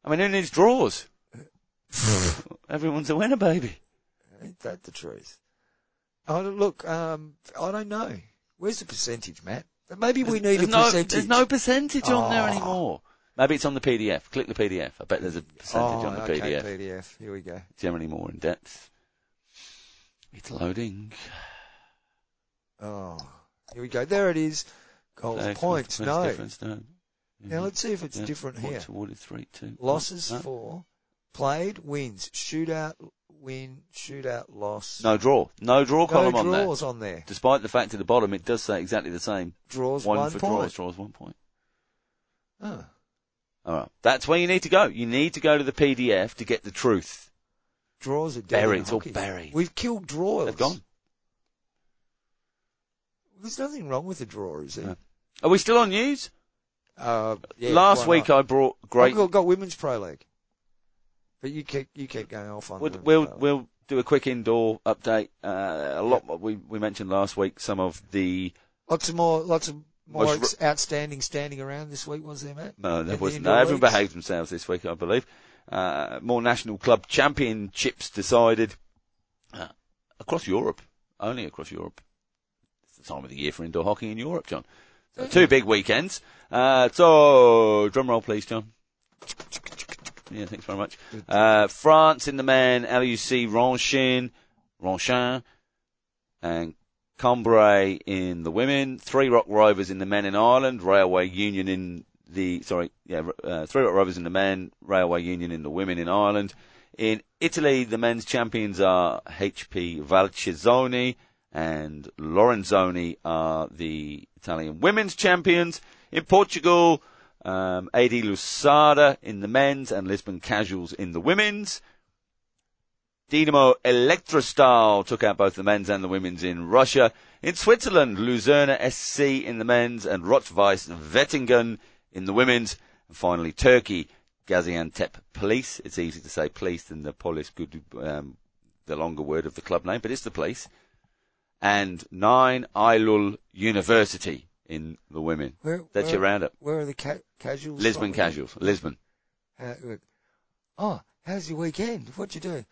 [SPEAKER 2] I mean, who needs draws? Everyone's a winner, baby.
[SPEAKER 1] Ain't that the truth? Oh, look, um, I don't know. Where's the percentage, Matt? Maybe we need a
[SPEAKER 2] no,
[SPEAKER 1] percentage.
[SPEAKER 2] There's no percentage on there
[SPEAKER 1] Oh.
[SPEAKER 2] anymore. Maybe it's on the PDF. Click the PDF. I bet there's a percentage
[SPEAKER 1] oh,
[SPEAKER 2] on the
[SPEAKER 1] okay,
[SPEAKER 2] PDF.
[SPEAKER 1] PDF. Here we go.
[SPEAKER 2] Generally more in depth. It's loading.
[SPEAKER 1] Oh, here we go. There it is. Goals,
[SPEAKER 2] There,
[SPEAKER 1] Oh, points,
[SPEAKER 2] difference,
[SPEAKER 1] no.
[SPEAKER 2] difference, no.
[SPEAKER 1] Now let's see if it's
[SPEAKER 2] Mm-hmm. Yeah,
[SPEAKER 1] different here.
[SPEAKER 2] points awarded, three, two.
[SPEAKER 1] Losses
[SPEAKER 2] no.
[SPEAKER 1] for played, wins, shootout, win, shootout, loss.
[SPEAKER 2] No draw. No draw
[SPEAKER 1] no
[SPEAKER 2] column on there.
[SPEAKER 1] draws on there.
[SPEAKER 2] Despite the fact at the bottom it does say exactly the same.
[SPEAKER 1] Draws
[SPEAKER 2] one,
[SPEAKER 1] one,
[SPEAKER 2] for draws,
[SPEAKER 1] point.
[SPEAKER 2] draws one point.
[SPEAKER 1] Oh.
[SPEAKER 2] All right. That's where you need to go. You need to go to the PDF to get the truth.
[SPEAKER 1] Draws are dead
[SPEAKER 2] Buried.
[SPEAKER 1] in
[SPEAKER 2] It's all
[SPEAKER 1] hockey.
[SPEAKER 2] buried.
[SPEAKER 1] We've killed draws.
[SPEAKER 2] They've gone.
[SPEAKER 1] There's nothing wrong with a draw, is there?
[SPEAKER 2] No. Are we still on news?
[SPEAKER 1] Uh, yeah,
[SPEAKER 2] Last
[SPEAKER 1] why
[SPEAKER 2] week
[SPEAKER 1] not? Oh,
[SPEAKER 2] I brought great.
[SPEAKER 1] I've got, got women's pro league, but you keep you keep going off on. uh,
[SPEAKER 2] We'll,
[SPEAKER 1] women's
[SPEAKER 2] we'll,
[SPEAKER 1] pro league.
[SPEAKER 2] we'll do a quick indoor update. Uh, a lot we we mentioned last week some of the
[SPEAKER 1] lots of more lots of more
[SPEAKER 2] Most
[SPEAKER 1] ex- outstanding standing around this week, was there, Matt?
[SPEAKER 2] no there
[SPEAKER 1] In the
[SPEAKER 2] wasn't
[SPEAKER 1] indoor
[SPEAKER 2] no, everyone
[SPEAKER 1] leagues?
[SPEAKER 2] behaved themselves this week I believe. Uh, more national club championships decided uh, across Europe, only across Europe. It's the time of the year for indoor hockey in Europe, John. So two big weekends. Uh, so drum roll, please, John. Yeah, thanks very much. Uh, France in the men, LUC Ronchin, Ronchin, and Combray in the women. Three Rock Rovers in the men in Ireland, Railway Union in the, sorry, yeah, uh, Three Rock Rovers in the men, Railway Union in the women in Ireland. In Italy, the men's champions are HP Valcesoni and Lorenzoni are the Italian women's champions. In Portugal, um, AD Lusada in the men's and Lisbon Casuals in the women's. Dinamo Electrostal took out both the men's and the women's in Russia. In Switzerland, Luzerna SC in the men's and Rottweiss Wettingen in the women's. And finally, Turkey, Gaziantep Police. It's easier to say police than the polis, good, um, the longer word of the club name, but it's the police. And nine, Aylul University in the women.
[SPEAKER 1] Where,
[SPEAKER 2] That's
[SPEAKER 1] where,
[SPEAKER 2] your roundup.
[SPEAKER 1] Where are the ca- casuals?
[SPEAKER 2] Lisbon
[SPEAKER 1] from?
[SPEAKER 2] casuals. Lisbon.
[SPEAKER 1] Uh, look. oh, how's your weekend? What'd you do?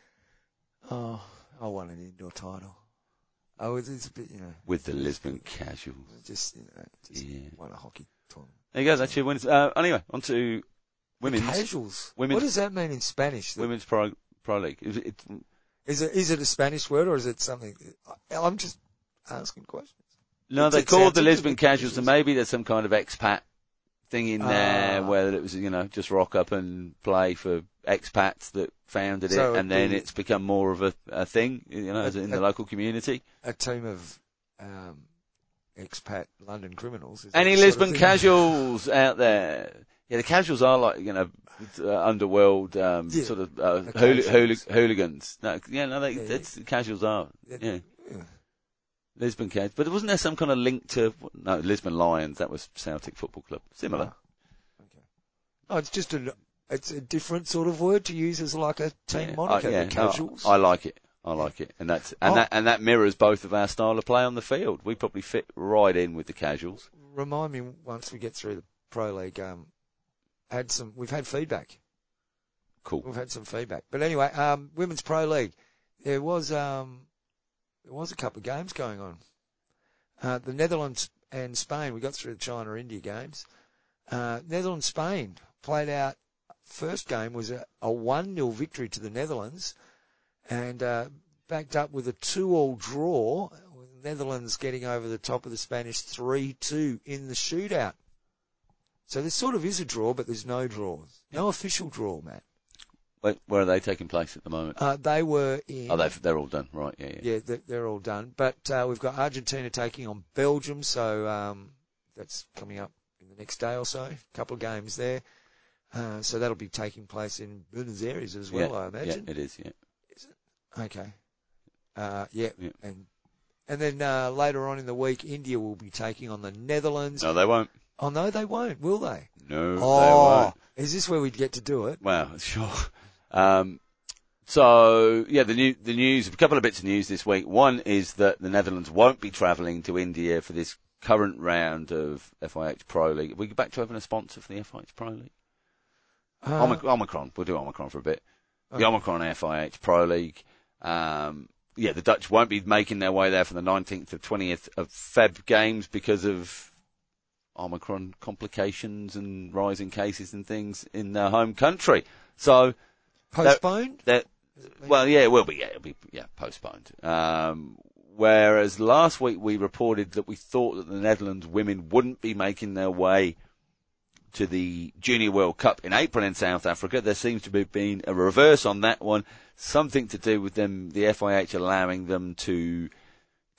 [SPEAKER 1] Oh, I won an indoor title. I was it's a bit, you know,
[SPEAKER 2] With the Lisbon casuals.
[SPEAKER 1] just you know, just
[SPEAKER 2] Yeah.
[SPEAKER 1] won a hockey tournament.
[SPEAKER 2] There you go. That's your wins. Uh, anyway, on to women's
[SPEAKER 1] Casuals.
[SPEAKER 2] Women's-
[SPEAKER 1] What does that mean in Spanish? The-
[SPEAKER 2] women's pro pro league. It, it,
[SPEAKER 1] Is it is it a Spanish word or is it something? I- I'm just asking questions.
[SPEAKER 2] no,
[SPEAKER 1] It
[SPEAKER 2] they
[SPEAKER 1] sounds
[SPEAKER 2] called the
[SPEAKER 1] interesting.
[SPEAKER 2] Lisbon casuals, and maybe there's some kind of expat thing in there,
[SPEAKER 1] Ah.
[SPEAKER 2] where it was you know just rock up and play for expats that founded
[SPEAKER 1] So
[SPEAKER 2] it,
[SPEAKER 1] it'd
[SPEAKER 2] and then
[SPEAKER 1] be-
[SPEAKER 2] it's become more of a, a thing, you know, as in the
[SPEAKER 1] Uh,
[SPEAKER 2] local community.
[SPEAKER 1] A team of um, expat London criminals. Is that
[SPEAKER 2] Any
[SPEAKER 1] the sort of
[SPEAKER 2] Lisbon
[SPEAKER 1] thing?
[SPEAKER 2] casuals out there? Yeah, the casuals are like you know, uh, underworld um,
[SPEAKER 1] Yeah,
[SPEAKER 2] sort of uh,
[SPEAKER 1] the
[SPEAKER 2] hooli-
[SPEAKER 1] casuals.
[SPEAKER 2] hooli- hooligans. No, yeah, no, they,
[SPEAKER 1] Yeah,
[SPEAKER 2] that's casuals are.
[SPEAKER 1] Yeah.
[SPEAKER 2] Yeah,
[SPEAKER 1] Yeah.
[SPEAKER 2] Lisbon Cage. But wasn't there some kind of link to no Lisbon Lions? That was Celtic Football Club. Similar.
[SPEAKER 1] Ah, Oh, it's just a it's a different sort of word to use as like a team
[SPEAKER 2] Yeah.
[SPEAKER 1] moniker.
[SPEAKER 2] I- yeah,
[SPEAKER 1] the casuals.
[SPEAKER 2] I, I like it. I like it, and that's and
[SPEAKER 1] Oh.
[SPEAKER 2] that and that mirrors both of our style of play on the field. We probably fit right in with the casuals.
[SPEAKER 1] Remind me once we get through the pro league. Um, had some we've had feedback.
[SPEAKER 2] Cool.
[SPEAKER 1] We've had some feedback. But anyway, um, women's pro league. There was um, there was a couple of games going on. Uh, the Netherlands and Spain. We got through the China India games. Uh, Netherlands Spain played out. First game was a, a one 0 victory to the Netherlands, and uh, backed up with a two all draw. with Netherlands getting over the top of the Spanish three two in the shootout. So there sort of is a draw, but there's no draw. No official draw, Matt.
[SPEAKER 2] Wait, where are they taking place at the moment?
[SPEAKER 1] Uh, they were in.
[SPEAKER 2] Oh, they've, they're all done. Right. Yeah. Yeah.
[SPEAKER 1] yeah, they're, they're all done. But uh, we've got Argentina taking on Belgium, so um, that's coming up in the next day or so. A couple of games there. Uh, so that'll be taking place in Buenos Aires as well,
[SPEAKER 2] Yeah,
[SPEAKER 1] I imagine.
[SPEAKER 2] Yeah, it is. Yeah.
[SPEAKER 1] Okay. Uh, yeah,
[SPEAKER 2] Yeah.
[SPEAKER 1] and and then uh, later on in the week, India will be taking on the Netherlands.
[SPEAKER 2] No, they won't.
[SPEAKER 1] Oh no, they won't, will they?
[SPEAKER 2] No, they
[SPEAKER 1] oh,
[SPEAKER 2] won't.
[SPEAKER 1] is this where we'd get to do it?
[SPEAKER 2] Wow, sure. Um, so yeah, the new the news. A couple of bits of news this week. One is that the Netherlands won't be travelling to India for this current round of FIH Pro League. Are we back to having a sponsor for the FIH Pro League.
[SPEAKER 1] Uh,
[SPEAKER 2] Omic- Omicron. We'll do Omicron for a bit.
[SPEAKER 1] Okay.
[SPEAKER 2] The Omicron FIH Pro League. Um, yeah, the Dutch won't be making their way there for the 19th to 20th of Feb games because of Omicron complications and rising cases and things in their home country. So
[SPEAKER 1] postponed.
[SPEAKER 2] that well, yeah, it will be. Yeah, it'll be yeah postponed. Um, whereas last week we reported that we thought that the Netherlands women wouldn't be making their way to the Junior World Cup in April in South Africa. There seems to have been a reverse on that one. Something to do with them, the FIH allowing them to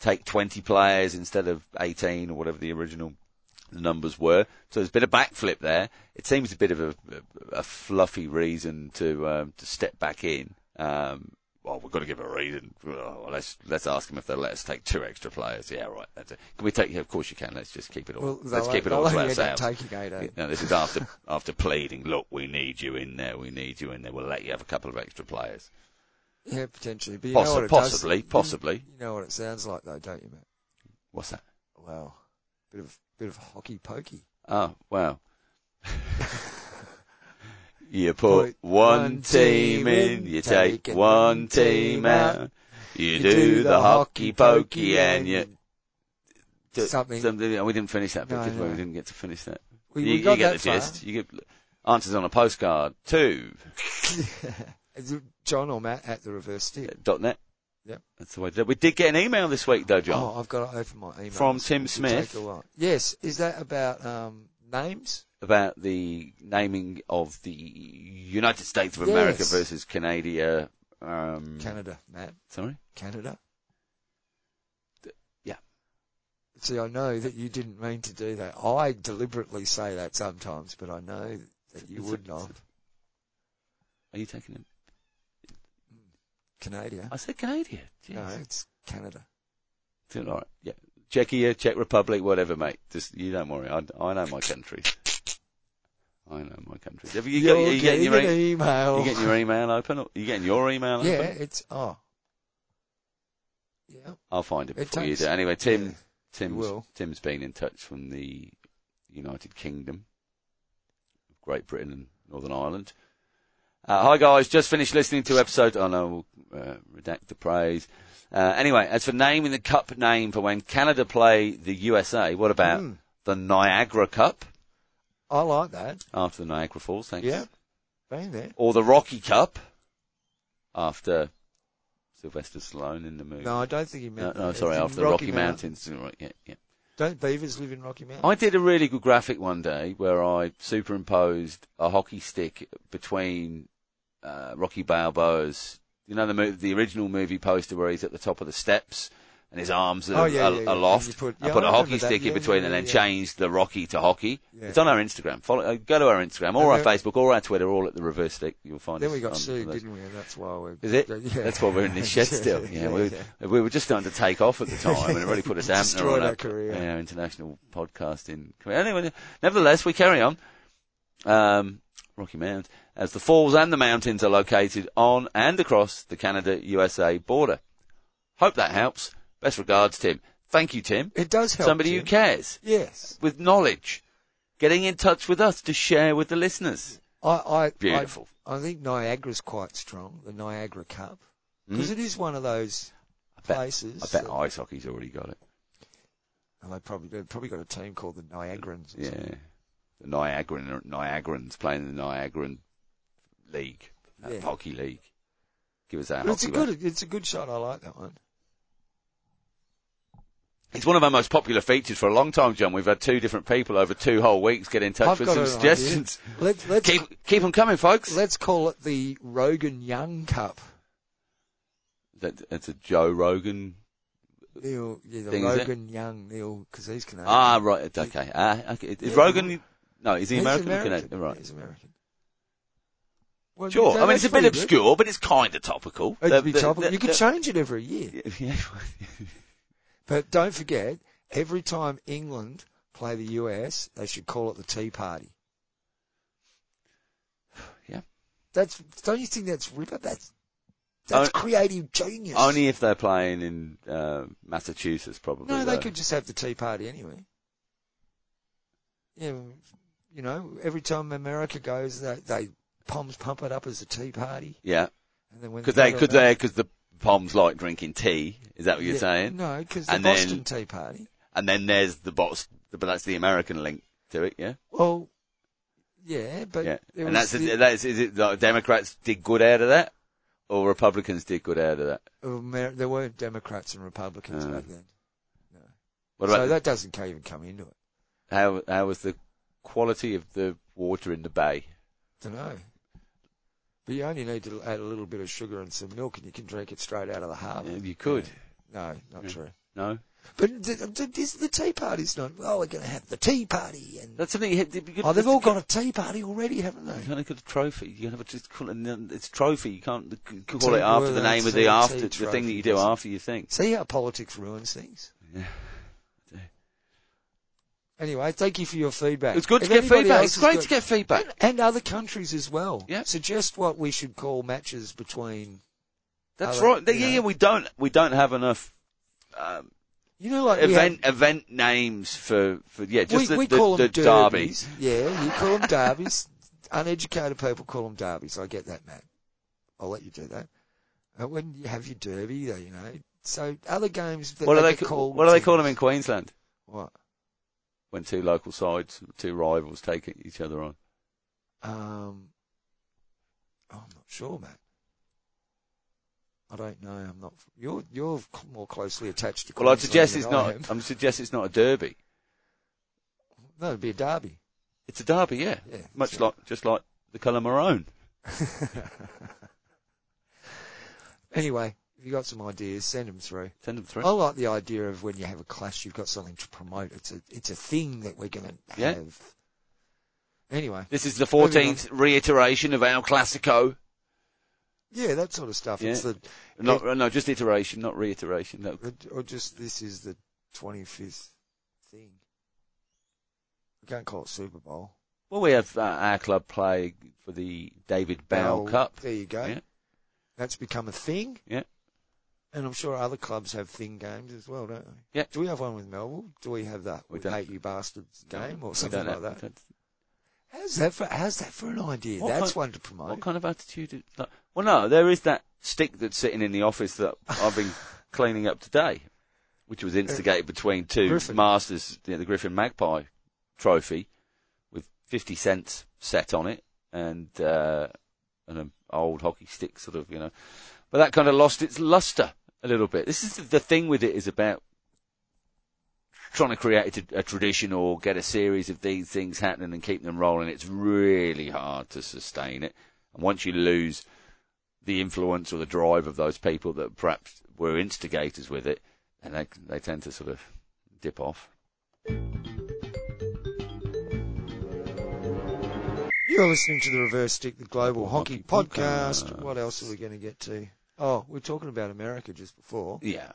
[SPEAKER 2] take 20 players instead of 18 or whatever the original numbers were. So there's been a backflip there. It seems a bit of a, a fluffy reason to um, to step back in. Um, well, we've got to give a reason. Oh, let's let's ask them if they'll let us take two extra players. Yeah, right. That's it. Can we take? Yeah, of course you can. Let's just keep it all.
[SPEAKER 1] Well,
[SPEAKER 2] let's
[SPEAKER 1] they'll-
[SPEAKER 2] keep it
[SPEAKER 1] they'll
[SPEAKER 2] all to
[SPEAKER 1] only end up
[SPEAKER 2] ourselves.
[SPEAKER 1] taking eight, eh?
[SPEAKER 2] No, this is after after pleading. Look, we need you in there. We need you in there. We'll let you have a couple of extra players.
[SPEAKER 1] Yeah, potentially. But you know
[SPEAKER 2] Possi-
[SPEAKER 1] what it does-
[SPEAKER 2] possibly, possibly.
[SPEAKER 1] You know what it sounds like, though, don't you, Matt?
[SPEAKER 2] What's that?
[SPEAKER 1] Wow, bit of bit of hockey pokey.
[SPEAKER 2] Oh, wow. you put
[SPEAKER 1] Put
[SPEAKER 2] one,
[SPEAKER 1] one
[SPEAKER 2] team
[SPEAKER 1] team
[SPEAKER 2] in,
[SPEAKER 1] in,
[SPEAKER 2] you
[SPEAKER 1] take
[SPEAKER 2] take one team out. You, do, the hockey pokey and you do
[SPEAKER 1] Something.
[SPEAKER 2] something- we didn't finish that bit,
[SPEAKER 1] No,
[SPEAKER 2] did we?
[SPEAKER 1] no.
[SPEAKER 2] We didn't get to finish that.
[SPEAKER 1] We,
[SPEAKER 2] you
[SPEAKER 1] we
[SPEAKER 2] you
[SPEAKER 1] got
[SPEAKER 2] get
[SPEAKER 1] that
[SPEAKER 2] the gist. You get answers on a postcard. Two.
[SPEAKER 1] far. Is it John or Matt at the reverse stick.
[SPEAKER 2] Dot net.
[SPEAKER 1] Yep.
[SPEAKER 2] That's the way. to do it. We did get an email this week though, John.
[SPEAKER 1] Oh, I've got to open my email
[SPEAKER 2] From Tim Smith.
[SPEAKER 1] Yes, is that about um, names?
[SPEAKER 2] about the naming of the United States of America
[SPEAKER 1] Yes.
[SPEAKER 2] versus Canada. Um,
[SPEAKER 1] Canada, Matt.
[SPEAKER 2] sorry,
[SPEAKER 1] Canada.
[SPEAKER 2] yeah.
[SPEAKER 1] See, I know that you didn't mean to do that. I deliberately say that sometimes, but I know that you
[SPEAKER 2] It's a-
[SPEAKER 1] would
[SPEAKER 2] it's
[SPEAKER 1] not.
[SPEAKER 2] are you taking him?
[SPEAKER 1] Canada.
[SPEAKER 2] I said Canada. Oh, Jeez.
[SPEAKER 1] No, it's Canada.
[SPEAKER 2] It's all right. Yeah, Czechia, Czech Republic, whatever, mate. Just you don't worry. I, I know my countries. I know my countries. Have you, got, are you getting your
[SPEAKER 1] an
[SPEAKER 2] e-
[SPEAKER 1] email.
[SPEAKER 2] you getting your email open? Or, you getting your email
[SPEAKER 1] yeah,
[SPEAKER 2] open?
[SPEAKER 1] it's oh. Yeah.
[SPEAKER 2] I'll find it
[SPEAKER 1] It
[SPEAKER 2] before you
[SPEAKER 1] takes-
[SPEAKER 2] do. Anyway, Tim,
[SPEAKER 1] Yeah.
[SPEAKER 2] Tim's,
[SPEAKER 1] will.
[SPEAKER 2] Tim's been in touch from the United Kingdom, Great Britain and Northern Ireland. Uh, hi guys, just finished listening to episode. Oh no, we'll uh, redact the praise. Uh, anyway, as for naming the cup name for when Canada play the USA, what about
[SPEAKER 1] Mm.
[SPEAKER 2] the Niagara Cup
[SPEAKER 1] I like that.
[SPEAKER 2] after the Niagara Falls? Thanks.
[SPEAKER 1] Yeah. Been there.
[SPEAKER 2] Or the Rocky Cup after Sylvester Stallone in the movie.
[SPEAKER 1] No, I don't think he
[SPEAKER 2] No,
[SPEAKER 1] meant.
[SPEAKER 2] no,
[SPEAKER 1] that.
[SPEAKER 2] sorry,
[SPEAKER 1] It's in
[SPEAKER 2] after the Rocky,
[SPEAKER 1] Mountain.
[SPEAKER 2] Mountains. Right, yeah, yeah.
[SPEAKER 1] Don't beavers live in Rocky Mountain?
[SPEAKER 2] I did a really good graphic one day where I superimposed a hockey stick between uh, Rocky Balboa's, you know, the mo the original movie poster where he's at the top of the steps, and his arms are,
[SPEAKER 1] Oh, yeah,
[SPEAKER 2] are-
[SPEAKER 1] yeah, yeah.
[SPEAKER 2] are aloft.
[SPEAKER 1] And you put-
[SPEAKER 2] I
[SPEAKER 1] yeah,
[SPEAKER 2] put a
[SPEAKER 1] I
[SPEAKER 2] hockey
[SPEAKER 1] remember that.
[SPEAKER 2] stick in
[SPEAKER 1] Yeah,
[SPEAKER 2] between
[SPEAKER 1] yeah,
[SPEAKER 2] and then
[SPEAKER 1] yeah.
[SPEAKER 2] changed the Rocky to hockey.
[SPEAKER 1] Yeah.
[SPEAKER 2] It's on our Instagram. Follow, uh, go to our Instagram or our
[SPEAKER 1] And then-
[SPEAKER 2] Facebook or our Twitter, all at the reverse stick. You'll find
[SPEAKER 1] Then
[SPEAKER 2] us
[SPEAKER 1] we got
[SPEAKER 2] on
[SPEAKER 1] sued,
[SPEAKER 2] those.
[SPEAKER 1] didn't we? And that's why we.
[SPEAKER 2] Is it?
[SPEAKER 1] Yeah.
[SPEAKER 2] That's why we're in this shed still. Yeah, we, we were just starting to take off at the time, and it really put a dampener
[SPEAKER 1] Destroyed
[SPEAKER 2] on
[SPEAKER 1] our
[SPEAKER 2] our,
[SPEAKER 1] career.
[SPEAKER 2] yeah, our international podcasting career. Anyway, nevertheless, we carry on. Um, Rocky Mountains, as the falls and the mountains are located on and across the Canada-USA border. Hope that helps. Best regards, Tim. Thank you, Tim.
[SPEAKER 1] It does help.
[SPEAKER 2] Somebody who
[SPEAKER 1] Jim.
[SPEAKER 2] cares
[SPEAKER 1] Yes.
[SPEAKER 2] with knowledge, getting in touch with us to share with the listeners.
[SPEAKER 1] I, I,
[SPEAKER 2] Beautiful.
[SPEAKER 1] I, I think Niagara's quite strong, the Niagara Cup, because
[SPEAKER 2] Mm.
[SPEAKER 1] it is one of those
[SPEAKER 2] bet-
[SPEAKER 1] places.
[SPEAKER 2] I bet
[SPEAKER 1] that-
[SPEAKER 2] ice hockey's already got it.
[SPEAKER 1] and they probably they've probably got a team called the Niagarans. Or something.
[SPEAKER 2] Yeah. The Niagaran, Niagarans playing in the Niagaran League, uh,
[SPEAKER 1] Yeah.
[SPEAKER 2] Hockey League. Give us our
[SPEAKER 1] But it's a
[SPEAKER 2] hockey
[SPEAKER 1] good it's a good shot. I like that one.
[SPEAKER 2] It's one of our most popular features for a long time, John. We've had two different people over two whole weeks get in touch
[SPEAKER 1] I've
[SPEAKER 2] with
[SPEAKER 1] got
[SPEAKER 2] some
[SPEAKER 1] an
[SPEAKER 2] suggestions.
[SPEAKER 1] idea. Let's let's
[SPEAKER 2] Keep, keep them coming, folks.
[SPEAKER 1] let's call it the Rogan Young Cup.
[SPEAKER 2] That, that's a Joe Rogan.
[SPEAKER 1] Neil, yeah, the
[SPEAKER 2] Thing, is it?
[SPEAKER 1] Rogan Young Neil, because he's Canadian.
[SPEAKER 2] Ah, right. Okay. Ah, okay. Is
[SPEAKER 1] Uh, Yeah,
[SPEAKER 2] Rogan? No, is he
[SPEAKER 1] He's
[SPEAKER 2] American? or Canadian? Right.
[SPEAKER 1] He's American. Well,
[SPEAKER 2] Sure.
[SPEAKER 1] that-
[SPEAKER 2] I mean, it's a
[SPEAKER 1] that's
[SPEAKER 2] bit
[SPEAKER 1] pretty good.
[SPEAKER 2] obscure, but it's kind of topical.
[SPEAKER 1] It'd
[SPEAKER 2] The-
[SPEAKER 1] be
[SPEAKER 2] the-
[SPEAKER 1] topical.
[SPEAKER 2] the-
[SPEAKER 1] you could
[SPEAKER 2] the-
[SPEAKER 1] change it every year.
[SPEAKER 2] Yeah.
[SPEAKER 1] But don't forget, every time England play the US, they should call it the Tea Party.
[SPEAKER 2] Yeah.
[SPEAKER 1] That's don't you think that's ripper? That's that's
[SPEAKER 2] Oh,
[SPEAKER 1] creative genius.
[SPEAKER 2] Only if they're playing in uh, Massachusetts, probably.
[SPEAKER 1] no, they
[SPEAKER 2] though.
[SPEAKER 1] could just have the Tea Party anyway. Yeah, you know, every time America goes, they, they poms pump it up as the Tea Party,
[SPEAKER 2] Yeah,
[SPEAKER 1] and then when
[SPEAKER 2] because they
[SPEAKER 1] go to
[SPEAKER 2] could
[SPEAKER 1] America-
[SPEAKER 2] they because the Poms like drinking tea. Is that what you're
[SPEAKER 1] Yeah,
[SPEAKER 2] saying?
[SPEAKER 1] No, because the
[SPEAKER 2] And then-
[SPEAKER 1] Boston Tea Party.
[SPEAKER 2] And then there's the bots, but that's the American link to it. Yeah,
[SPEAKER 1] Well, yeah, but
[SPEAKER 2] yeah.
[SPEAKER 1] it
[SPEAKER 2] And
[SPEAKER 1] was
[SPEAKER 2] that's
[SPEAKER 1] the-
[SPEAKER 2] that's is it like Democrats did good out of that, or Republicans did good out of that?
[SPEAKER 1] Oh, Amer- there weren't Democrats and Republicans
[SPEAKER 2] Uh,
[SPEAKER 1] back then.
[SPEAKER 2] What
[SPEAKER 1] so
[SPEAKER 2] about
[SPEAKER 1] that doesn't ca- even come into it.
[SPEAKER 2] the- how how was the quality of the water in the bay?
[SPEAKER 1] don't know. But you only need to add a little bit of sugar and some milk, and you can drink it straight out of the harbour.
[SPEAKER 2] Yeah, you could
[SPEAKER 1] No, not
[SPEAKER 2] Yeah.
[SPEAKER 1] true.
[SPEAKER 2] no.
[SPEAKER 1] But th- th- this, the tea party's not. Oh, we're going to have the tea party, and
[SPEAKER 2] That's something. You had- you could-
[SPEAKER 1] oh, they've
[SPEAKER 2] that's-
[SPEAKER 1] all got a tea party already, haven't
[SPEAKER 2] You
[SPEAKER 1] they?
[SPEAKER 2] can't call it a trophy. You can have a, just call it, it's trophy. You can't c- c- call
[SPEAKER 1] Tea-
[SPEAKER 2] it after the
[SPEAKER 1] well,
[SPEAKER 2] name of
[SPEAKER 1] tea-
[SPEAKER 2] the after
[SPEAKER 1] tea
[SPEAKER 2] the thing that
[SPEAKER 1] trophy,
[SPEAKER 2] you do
[SPEAKER 1] isn't it?
[SPEAKER 2] after you think.
[SPEAKER 1] See how politics ruins things. Anyway, thank you for your feedback.
[SPEAKER 2] It's good to
[SPEAKER 1] If
[SPEAKER 2] get
[SPEAKER 1] anybody
[SPEAKER 2] feedback.
[SPEAKER 1] else
[SPEAKER 2] It's
[SPEAKER 1] has
[SPEAKER 2] great
[SPEAKER 1] got-
[SPEAKER 2] to get feedback.
[SPEAKER 1] and other countries as well.
[SPEAKER 2] Yeah.
[SPEAKER 1] Suggest what we should call matches between.
[SPEAKER 2] That's
[SPEAKER 1] Other-
[SPEAKER 2] right. Yeah,
[SPEAKER 1] you
[SPEAKER 2] yeah,
[SPEAKER 1] know.
[SPEAKER 2] yeah, we don't we don't have enough um,
[SPEAKER 1] You know, like we have-
[SPEAKER 2] event event names for, for yeah just
[SPEAKER 1] Uh, we,
[SPEAKER 2] the,
[SPEAKER 1] we
[SPEAKER 2] the,
[SPEAKER 1] call
[SPEAKER 2] the
[SPEAKER 1] them
[SPEAKER 2] derby.
[SPEAKER 1] derbies. Yeah, you call them derbies. Uneducated people call them derbies. I get that, Matt. I'll let you do that. Uh, when you have your derby, uh, you know. So other games that
[SPEAKER 2] What are
[SPEAKER 1] they
[SPEAKER 2] they
[SPEAKER 1] get
[SPEAKER 2] ca-
[SPEAKER 1] called?
[SPEAKER 2] what do they call
[SPEAKER 1] things.
[SPEAKER 2] them in Queensland
[SPEAKER 1] What?
[SPEAKER 2] when two local sides two rivals take e, each other on?
[SPEAKER 1] Um, oh, I'm not sure, Matt. I don't know. I'm not. You're you're c- more closely attached to.
[SPEAKER 2] Well, I'd
[SPEAKER 1] Queensland
[SPEAKER 2] suggest
[SPEAKER 1] than
[SPEAKER 2] it's
[SPEAKER 1] I
[SPEAKER 2] not.
[SPEAKER 1] am.
[SPEAKER 2] I'm suggest it's not a derby.
[SPEAKER 1] No, it'd be a derby.
[SPEAKER 2] It's a derby, yeah.
[SPEAKER 1] Yeah,
[SPEAKER 2] Much
[SPEAKER 1] that's
[SPEAKER 2] like just like the colour maroon.
[SPEAKER 1] Anyway, if you got some ideas, send them through.
[SPEAKER 2] Send them through.
[SPEAKER 1] I like the idea of when you have a clash, you've got something to promote. It's a it's a thing that we're going to
[SPEAKER 2] Yeah.
[SPEAKER 1] have. Anyway,
[SPEAKER 2] This is the
[SPEAKER 1] Moving on.
[SPEAKER 2] 14th reiteration of El Clasico.
[SPEAKER 1] yeah, that sort of stuff. It's
[SPEAKER 2] Yeah.
[SPEAKER 1] the
[SPEAKER 2] Not, no, just iteration, not reiteration. No.
[SPEAKER 1] the- or just this is the twenty fifth thing. We can't call it Super Bowl.
[SPEAKER 2] Well, we have uh, our club play for the David Bell,
[SPEAKER 1] Bowl.
[SPEAKER 2] Cup.
[SPEAKER 1] There you go.
[SPEAKER 2] Yeah.
[SPEAKER 1] That's become a thing.
[SPEAKER 2] Yeah.
[SPEAKER 1] And I'm sure other clubs have thing games as well, don't they?
[SPEAKER 2] Yeah.
[SPEAKER 1] Do we have one with Melville? Do we have that?
[SPEAKER 2] We
[SPEAKER 1] with
[SPEAKER 2] don't.
[SPEAKER 1] hate you bastards game
[SPEAKER 2] We
[SPEAKER 1] or something
[SPEAKER 2] don't
[SPEAKER 1] like
[SPEAKER 2] have-
[SPEAKER 1] that.
[SPEAKER 2] don't-
[SPEAKER 1] How's that for? How's that for an idea?
[SPEAKER 2] What
[SPEAKER 1] That's
[SPEAKER 2] kind-
[SPEAKER 1] one to promote.
[SPEAKER 2] What kind of attitude? Is that? Well, no, there is that stick that's sitting in the office that I've been cleaning up today, which was instigated between two
[SPEAKER 1] Griffin.
[SPEAKER 2] masters, you know, the Griffin Magpie trophy, with 50 cents set on it and uh, and an old hockey stick, sort of, you know. But that kind of lost its luster a little bit. This is the, the thing with it is about trying to create a, a tradition or get a series of these things happening and keep them rolling, it's really hard to sustain it. And once you lose the influence or the drive of those people that perhaps were instigators with it, and they they tend to sort of dip off.
[SPEAKER 1] You're listening to the Reverse Stick, the Global Hockey,
[SPEAKER 2] Hockey
[SPEAKER 1] podcast.
[SPEAKER 2] Podcast.
[SPEAKER 1] What else are we going to get to? Oh, we we're talking about America just before.
[SPEAKER 2] Yeah,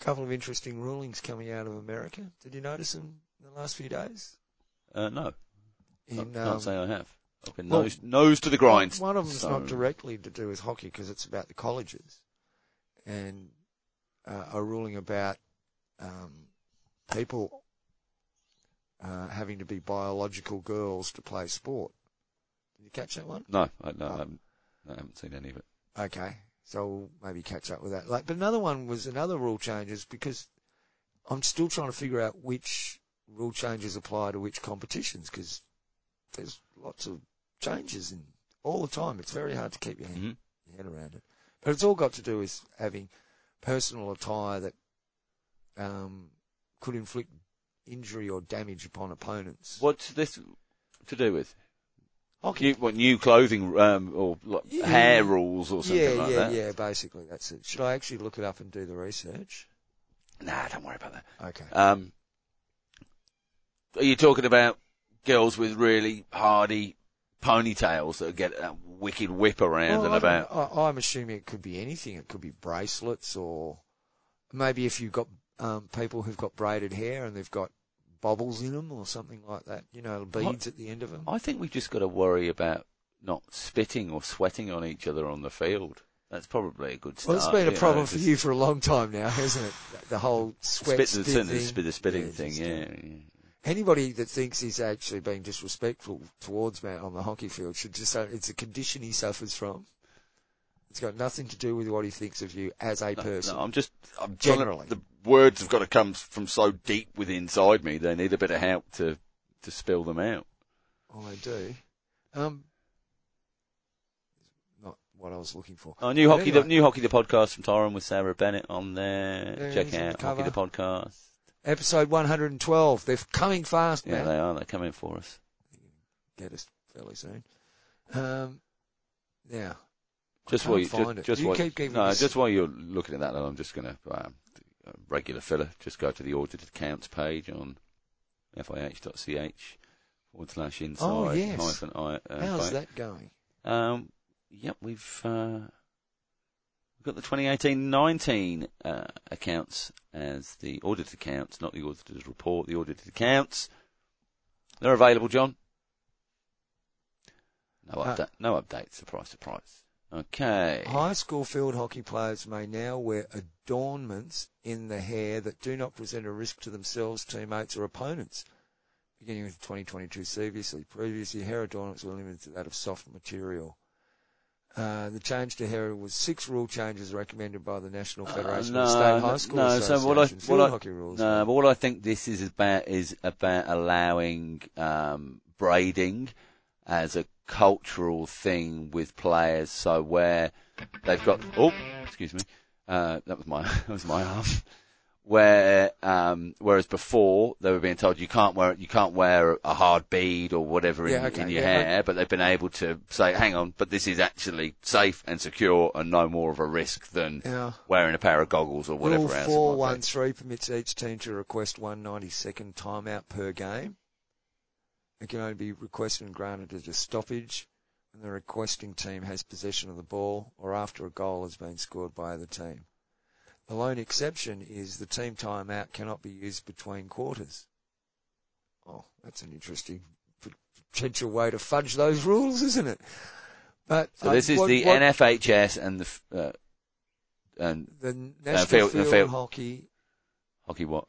[SPEAKER 1] A couple of interesting rulings coming out of America. Did you notice them in the last few days?
[SPEAKER 2] uh, no, I
[SPEAKER 1] In,
[SPEAKER 2] can't
[SPEAKER 1] um,
[SPEAKER 2] say I have. I've been
[SPEAKER 1] well,
[SPEAKER 2] nose nose to the grind.
[SPEAKER 1] One of them's
[SPEAKER 2] So-
[SPEAKER 1] not directly to do with hockey because it's about the colleges and uh, a ruling about um, people uh, having to be biological girls to play sport. Did you catch that one?
[SPEAKER 2] No, I, no,
[SPEAKER 1] Oh.
[SPEAKER 2] I, haven't, I haven't seen any of it.
[SPEAKER 1] Okay, so we'll maybe catch up with that. Like, but another one was another rule changes because I'm still trying to figure out which rule changes apply to which competitions because there's lots of changes in all the time. It's very hard to keep your hand,
[SPEAKER 2] Mhm.
[SPEAKER 1] your head around it. But it's all got to do with having personal attire that um, could inflict injury or damage upon opponents.
[SPEAKER 2] What's this to do with?
[SPEAKER 1] Hockey.
[SPEAKER 2] New, what new clothing um, or like,
[SPEAKER 1] Yeah.
[SPEAKER 2] hair rules or something
[SPEAKER 1] yeah,
[SPEAKER 2] like
[SPEAKER 1] yeah,
[SPEAKER 2] that?
[SPEAKER 1] yeah. Basically, that's it. Should I actually look it up and do the research?
[SPEAKER 2] Nah, don't worry about that.
[SPEAKER 1] Okay.
[SPEAKER 2] Um, are you talking about girls with really hardy ponytails that get that wicked whip around and
[SPEAKER 1] Well, I don't-
[SPEAKER 2] about?
[SPEAKER 1] I, I'm assuming it could be anything. It could be bracelets, or maybe if you've got um, people who've got braided hair and they've got bobbles in them or something like that. You know, beads at the end of them.
[SPEAKER 2] I think we've just got to worry about not spitting or sweating on each other on the field. That's probably a good start.
[SPEAKER 1] Well, it's been
[SPEAKER 2] you
[SPEAKER 1] a
[SPEAKER 2] know,
[SPEAKER 1] problem for
[SPEAKER 2] just
[SPEAKER 1] you for a long time now, hasn't it? The whole sweat spit
[SPEAKER 2] Spit the, the,
[SPEAKER 1] thing.
[SPEAKER 2] spit the spitting
[SPEAKER 1] Yeah,
[SPEAKER 2] thing,
[SPEAKER 1] just, uh,
[SPEAKER 2] yeah.
[SPEAKER 1] Anybody that thinks he's actually being disrespectful towards Matt on the hockey field should just say it's a condition he suffers from. It's got nothing to do with what he thinks of you as a
[SPEAKER 2] No,
[SPEAKER 1] person.
[SPEAKER 2] no, I'm just. I'm
[SPEAKER 1] Generally.
[SPEAKER 2] Generally, the words have got to come from so deep within inside me. They need a bit of help to to spill them out.
[SPEAKER 1] Oh, I do. Um, not what I was looking for.
[SPEAKER 2] Oh, new
[SPEAKER 1] But
[SPEAKER 2] hockey, the,
[SPEAKER 1] anyway,
[SPEAKER 2] new hockey, the podcast from Tyron with Sarah Bennett on there.
[SPEAKER 1] There it
[SPEAKER 2] Check
[SPEAKER 1] is on the
[SPEAKER 2] out hockey, the podcast.
[SPEAKER 1] episode 112. They're coming fast,
[SPEAKER 2] Yeah,
[SPEAKER 1] man.
[SPEAKER 2] they are. They're coming for us.
[SPEAKER 1] Get us fairly soon. Um, now,
[SPEAKER 2] Just
[SPEAKER 1] can't
[SPEAKER 2] while you,
[SPEAKER 1] find it.
[SPEAKER 2] just, just
[SPEAKER 1] You
[SPEAKER 2] while,
[SPEAKER 1] keep giving
[SPEAKER 2] no,
[SPEAKER 1] this-
[SPEAKER 2] just while you're looking at that, I'm just going to um, a regular filler. Just go to the audited accounts page on fih.ch forward slash inside
[SPEAKER 1] Oh, yes.
[SPEAKER 2] hyphen i. Uh,
[SPEAKER 1] how's
[SPEAKER 2] page.
[SPEAKER 1] that going?
[SPEAKER 2] Um, yep, we've uh, we've got the 2018-19 uh, accounts as the audited accounts, not the auditor's report. The audited accounts they're available, John. No
[SPEAKER 1] Uh,
[SPEAKER 2] update. no update. Surprise, surprise. Okay.
[SPEAKER 1] High school field hockey players may now wear adornments in the hair that do not present a risk to themselves, teammates, or opponents. Beginning with 2022, previously, previously hair adornments were limited to that of soft material. Uh, the change to hair was six rule changes recommended by the National
[SPEAKER 2] Uh,
[SPEAKER 1] Federation
[SPEAKER 2] no,
[SPEAKER 1] of State High School
[SPEAKER 2] no, so
[SPEAKER 1] Association.
[SPEAKER 2] what I-
[SPEAKER 1] field
[SPEAKER 2] what I-
[SPEAKER 1] hockey rules.
[SPEAKER 2] No, but all I think this is about is about allowing um, braiding as a cultural thing with players. So where they've got oh, excuse me, uh, that was my that was my arm. Where um, whereas before they were being told you can't wear you can't wear a hard bead or whatever in,
[SPEAKER 1] Yeah, okay,
[SPEAKER 2] in your
[SPEAKER 1] yeah, I-
[SPEAKER 2] hair, but they've been able to say, hang on, but this is actually safe and secure and no more of a risk than
[SPEAKER 1] Now,
[SPEAKER 2] wearing a pair of goggles or whatever
[SPEAKER 1] Rule
[SPEAKER 2] else. it
[SPEAKER 1] four
[SPEAKER 2] might be.
[SPEAKER 1] one three permits each team to request one ninety second timeout per game. It can only be requested and granted at a stoppage when the requesting team has possession of the ball or after a goal has been scored by the team. The lone exception is the team timeout cannot be used between quarters. Oh, that's an interesting p- potential way to fudge those rules, isn't it? But
[SPEAKER 2] So
[SPEAKER 1] uh,
[SPEAKER 2] this is
[SPEAKER 1] what-
[SPEAKER 2] the
[SPEAKER 1] what-
[SPEAKER 2] NFHS and the f- uh, and
[SPEAKER 1] the National
[SPEAKER 2] field- the
[SPEAKER 1] Field
[SPEAKER 2] field-
[SPEAKER 1] Hockey
[SPEAKER 2] hockey what?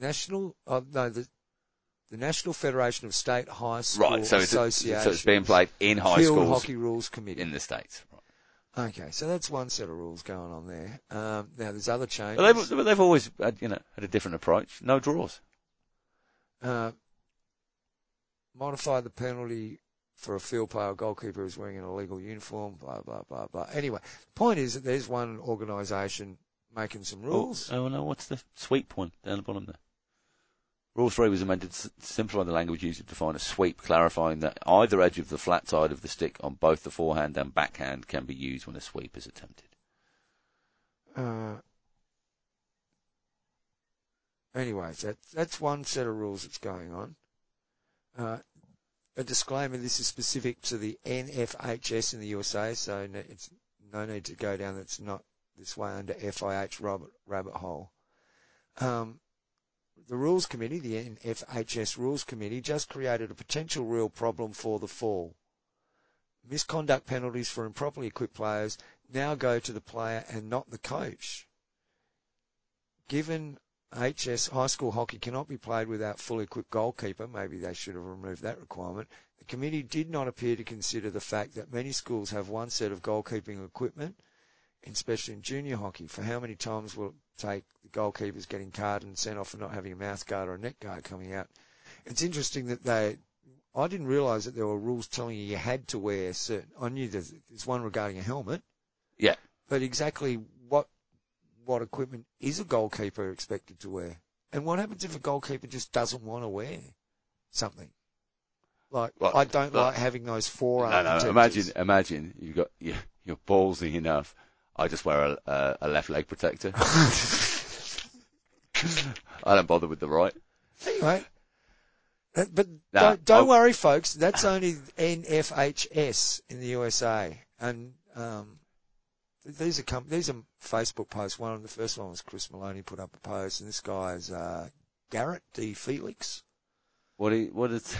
[SPEAKER 1] National, uh, no, the, the National Federation of State High School
[SPEAKER 2] Right, so it's, so
[SPEAKER 1] Association.
[SPEAKER 2] it's being played in high
[SPEAKER 1] Field
[SPEAKER 2] schools
[SPEAKER 1] Hockey Rules Committee.
[SPEAKER 2] in the states. Right.
[SPEAKER 1] Okay, so that's one set of rules going on there. Um, now there's other changes.
[SPEAKER 2] But they've, but they've always had, you know had a different approach. No draws.
[SPEAKER 1] uh, modify the penalty for a field player or goalkeeper who's wearing an illegal uniform, blah, blah, blah, blah. Anyway, point is that there's one organisation making some rules.
[SPEAKER 2] Oh, oh, no, what's the sweep one down the bottom there? Rule three was amended to s- simplify the language used to define a sweep, clarifying that either edge of the flat side of the stick on both the forehand and backhand can be used when a sweep is attempted.
[SPEAKER 1] Uh, Anyways, that, that's one set of rules that's going on. Uh, a disclaimer, this is specific to the NFHS in the USA, so no, it's no need to go down that's not this way under FIH rabbit, rabbit hole. Um, the Rules Committee, the NFHS Rules Committee, just created a potential real problem for the fall. Misconduct penalties for improperly equipped players now go to the player and not the coach. Given HS high school hockey cannot be played without fully equipped goalkeeper, maybe they should have removed that requirement. The committee did not appear to consider the fact that many schools have one set of goalkeeping equipment especially in junior hockey, for how many times will it take the goalkeepers getting carded and sent off for not having a mouth guard or a net guard coming out? It's interesting that they, I didn't realise that there were rules telling you you had to wear certain. I knew there's, there's one regarding a helmet,
[SPEAKER 2] Yeah.
[SPEAKER 1] but exactly what what equipment is a goalkeeper expected to wear, and what happens if a goalkeeper just doesn't want to wear something? Like
[SPEAKER 2] Well,
[SPEAKER 1] I don't
[SPEAKER 2] well-
[SPEAKER 1] like having those forearm.
[SPEAKER 2] No, no.
[SPEAKER 1] protectors.
[SPEAKER 2] Imagine, imagine you've got you're, you're ballsy enough. I just wear a, a, a left leg protector. I don't bother with the right.
[SPEAKER 1] Anyway, that- but
[SPEAKER 2] Nah, oh.
[SPEAKER 1] don't, don't
[SPEAKER 2] I'll-
[SPEAKER 1] worry, folks. That's only NFHS in the USA, and um, th- these are com- these are Facebook posts. One of the first one was Chris Maloney put up a post, and this guy's uh, Garrett D Felix.
[SPEAKER 2] What do you, what is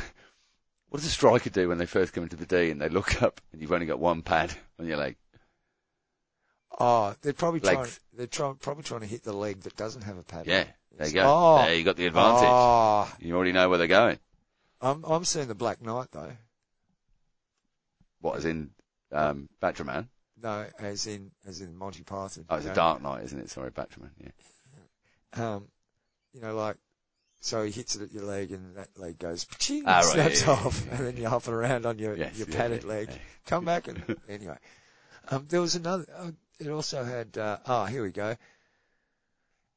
[SPEAKER 2] what does a striker do when they first come into the D and they look up and you've only got one pad on your leg?
[SPEAKER 1] Oh, they're probably trying.
[SPEAKER 2] Legs.
[SPEAKER 1] They're try, probably trying to hit the leg that doesn't have a pad.
[SPEAKER 2] Yeah, there you go.
[SPEAKER 1] Oh.
[SPEAKER 2] There you got the advantage.
[SPEAKER 1] Oh,
[SPEAKER 2] You already know where they're going.
[SPEAKER 1] I'm I'm seeing the Black Knight though.
[SPEAKER 2] What is in um, Batman?
[SPEAKER 1] No, as in as in Monty Python.
[SPEAKER 2] Oh, it's
[SPEAKER 1] you
[SPEAKER 2] a
[SPEAKER 1] know?
[SPEAKER 2] Dark Knight, isn't it? Sorry, Batman. Yeah.
[SPEAKER 1] um, you know, like, so he hits it at your leg and that leg goes, paching,
[SPEAKER 2] Ah, right,
[SPEAKER 1] snaps
[SPEAKER 2] yeah, yeah,
[SPEAKER 1] off, and then you're hopping around on your,
[SPEAKER 2] Yes,
[SPEAKER 1] your
[SPEAKER 2] yeah,
[SPEAKER 1] padded
[SPEAKER 2] yeah,
[SPEAKER 1] leg.
[SPEAKER 2] yeah.
[SPEAKER 1] Come back and, anyway. Um, there was another, uh, it also had, uh, ah, here we go.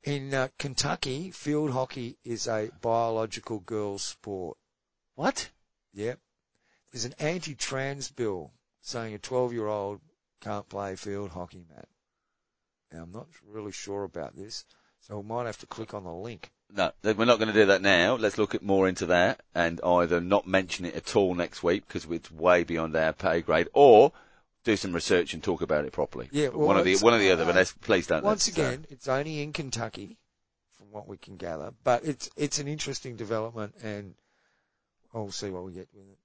[SPEAKER 1] In uh, Kentucky, field hockey is a biological girls sport.
[SPEAKER 2] What?
[SPEAKER 1] Yep. There's an anti-trans bill saying a 12-year-old can't play field hockey, Matt. Now, I'm not really sure about this, so we might have to click on the link.
[SPEAKER 2] No, th- we're not going to do that now. Let's look at more into that and either not mention it at all next week because it's way beyond our pay grade, or do some research and talk about it properly.
[SPEAKER 1] Yeah,
[SPEAKER 2] But
[SPEAKER 1] well,
[SPEAKER 2] one of the
[SPEAKER 1] it's-
[SPEAKER 2] one or the other. But let's please don't.
[SPEAKER 1] Once
[SPEAKER 2] let's, uh,
[SPEAKER 1] again, it's only in Kentucky, from what we can gather, but it's it's an interesting development, and we'll see what we get with it.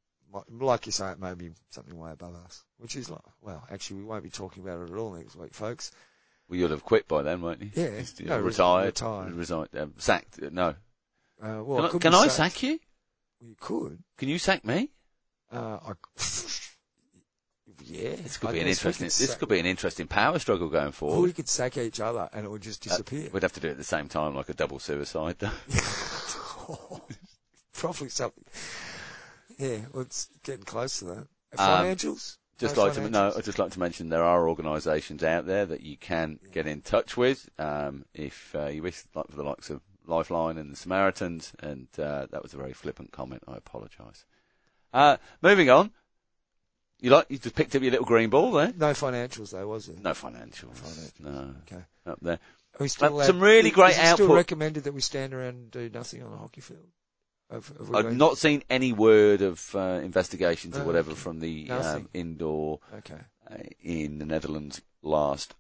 [SPEAKER 1] Mi- Like you say, it may be something way above us, which is like, well, actually, we won't be talking about it at all next week, folks.
[SPEAKER 2] well, you'll have quit by then, won't you?
[SPEAKER 1] Yeah,
[SPEAKER 2] Just, you
[SPEAKER 1] no,
[SPEAKER 2] know,
[SPEAKER 1] re-
[SPEAKER 2] retired,
[SPEAKER 1] retired.
[SPEAKER 2] resigned, um, sacked. uh, No,
[SPEAKER 1] Uh, well, it
[SPEAKER 2] can, I,
[SPEAKER 1] could
[SPEAKER 2] can
[SPEAKER 1] be
[SPEAKER 2] I
[SPEAKER 1] sa-
[SPEAKER 2] sack you?
[SPEAKER 1] You could.
[SPEAKER 2] Can you sack me?
[SPEAKER 1] Uh, I, yeah.
[SPEAKER 2] This could
[SPEAKER 1] I
[SPEAKER 2] be an
[SPEAKER 1] guess we
[SPEAKER 2] interesting.
[SPEAKER 1] could
[SPEAKER 2] This
[SPEAKER 1] sack-
[SPEAKER 2] could be an interesting power struggle going
[SPEAKER 1] Or we
[SPEAKER 2] forward. Uh,
[SPEAKER 1] could sack each other, and it would just disappear.
[SPEAKER 2] We'd have to do it at the same time, like a double suicide. though.
[SPEAKER 1] Probably something. Yeah, well, it's getting close to that.
[SPEAKER 2] Um,
[SPEAKER 1] Financials?
[SPEAKER 2] Just
[SPEAKER 1] No
[SPEAKER 2] like to no,
[SPEAKER 1] financials?
[SPEAKER 2] I'd just like to mention there are organisations out there that you can get in touch with um, if uh, you wish, like for the likes of Lifeline and the Samaritans. And uh, that was a very flippant comment. I apologise. Uh, moving on, you like you just picked up your little green ball there.
[SPEAKER 1] No financials, though, was it?
[SPEAKER 2] No financial,
[SPEAKER 1] Financials.
[SPEAKER 2] no
[SPEAKER 1] Okay.
[SPEAKER 2] up there.
[SPEAKER 1] Are we still
[SPEAKER 2] Uh,
[SPEAKER 1] allowed-
[SPEAKER 2] some really
[SPEAKER 1] is-
[SPEAKER 2] great
[SPEAKER 1] is it still
[SPEAKER 2] output.
[SPEAKER 1] recommended that we stand around and do nothing on the hockey field? Have, have we
[SPEAKER 2] I've
[SPEAKER 1] been-
[SPEAKER 2] Uh, not seen any word of uh, investigations or
[SPEAKER 1] Oh,
[SPEAKER 2] whatever
[SPEAKER 1] okay.
[SPEAKER 2] from the um,
[SPEAKER 1] Nothing.
[SPEAKER 2] indoor
[SPEAKER 1] Okay.
[SPEAKER 2] uh, in the Netherlands last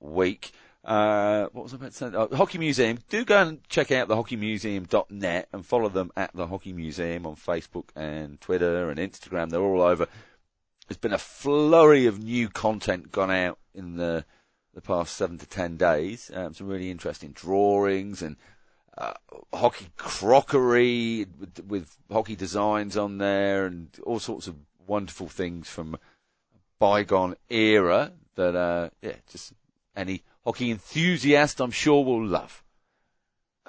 [SPEAKER 2] week. Uh, what was I about to say? Oh, the Hockey Museum. Do go and check out thehockeymuseum.net and follow them at the Hockey Museum on Facebook and Twitter and Instagram. They're all over. There's been a flurry of new content gone out in the the past seven to ten days. Um, some really interesting drawings and uh, hockey crockery with, with hockey designs on there and all sorts of wonderful things from bygone era that uh, yeah, just any hockey enthusiast I'm sure will love.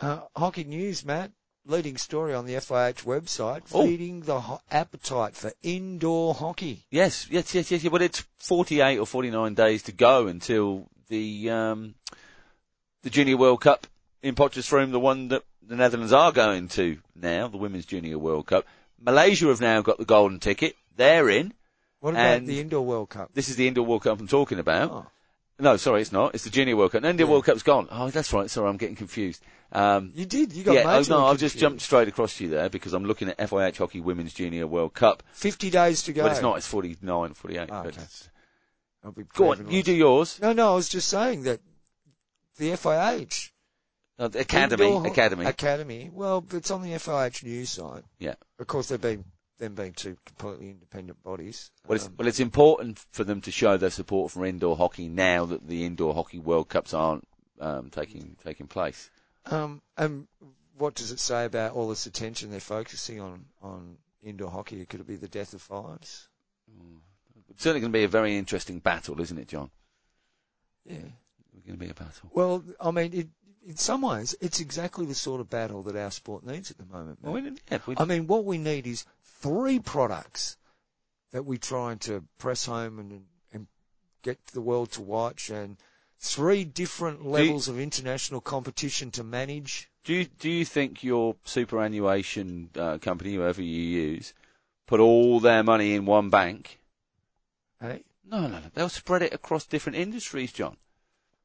[SPEAKER 1] Uh, hockey news, Matt. Leading story on the FIH website,
[SPEAKER 2] Oh.
[SPEAKER 1] feeding the ho- appetite for indoor hockey.
[SPEAKER 2] Yes, yes, yes, yes. yeah, But it's 48 or 49 days to go until the um, the Junior World Cup in Potchefstroom, the one that the Netherlands are going to now, the Women's Junior World Cup. Malaysia have now got the golden ticket. They're in.
[SPEAKER 1] What about
[SPEAKER 2] And-
[SPEAKER 1] the indoor World Cup?
[SPEAKER 2] This is the indoor World Cup I'm talking about.
[SPEAKER 1] Oh.
[SPEAKER 2] No, sorry, it's not. It's the Junior World Cup. No, India World Cup's gone. Oh, that's right. Sorry, I'm getting confused. Um,
[SPEAKER 1] You did. You got
[SPEAKER 2] yeah, oh,
[SPEAKER 1] marginally
[SPEAKER 2] no, I've just
[SPEAKER 1] confused.
[SPEAKER 2] jumped straight across to you there because I'm looking at FIH Hockey Women's Junior World Cup.
[SPEAKER 1] 50 days to go.
[SPEAKER 2] But it's not. It's 49, 48.
[SPEAKER 1] Ah,
[SPEAKER 2] but
[SPEAKER 1] okay.
[SPEAKER 2] it's-
[SPEAKER 1] I'll be
[SPEAKER 2] Go
[SPEAKER 1] proven
[SPEAKER 2] on, you
[SPEAKER 1] wrong.
[SPEAKER 2] do yours.
[SPEAKER 1] No, no, I was just saying that the FIH.
[SPEAKER 2] Uh, the Academy,
[SPEAKER 1] Indoor-
[SPEAKER 2] Academy.
[SPEAKER 1] Academy. Well, it's on the FIH news site.
[SPEAKER 2] Yeah.
[SPEAKER 1] Of course, they've been, them being two completely independent bodies.
[SPEAKER 2] Well it's,
[SPEAKER 1] Um,
[SPEAKER 2] well, it's important for them to show their support for indoor hockey now that the indoor hockey World Cups aren't um, taking taking place.
[SPEAKER 1] Um, and what does it say about all this attention they're focusing on on indoor hockey? Could it be the death of fives?
[SPEAKER 2] It's certainly going to be a very interesting battle, isn't it, John?
[SPEAKER 1] Yeah.
[SPEAKER 2] It's going to be a battle.
[SPEAKER 1] Well, I mean, it, in some ways, it's exactly the sort of battle that our sport needs at the moment.
[SPEAKER 2] Well,
[SPEAKER 1] mate.
[SPEAKER 2] we didn't- yeah, we
[SPEAKER 1] I mean, what we need is three products that we're trying to press home and, and get the world to watch, and three different levels of international competition to manage.
[SPEAKER 2] Do you, do you think your superannuation uh, company, whoever you use, put all their money in one bank?
[SPEAKER 1] Hey,
[SPEAKER 2] No, no, no. They'll spread it across different industries, John.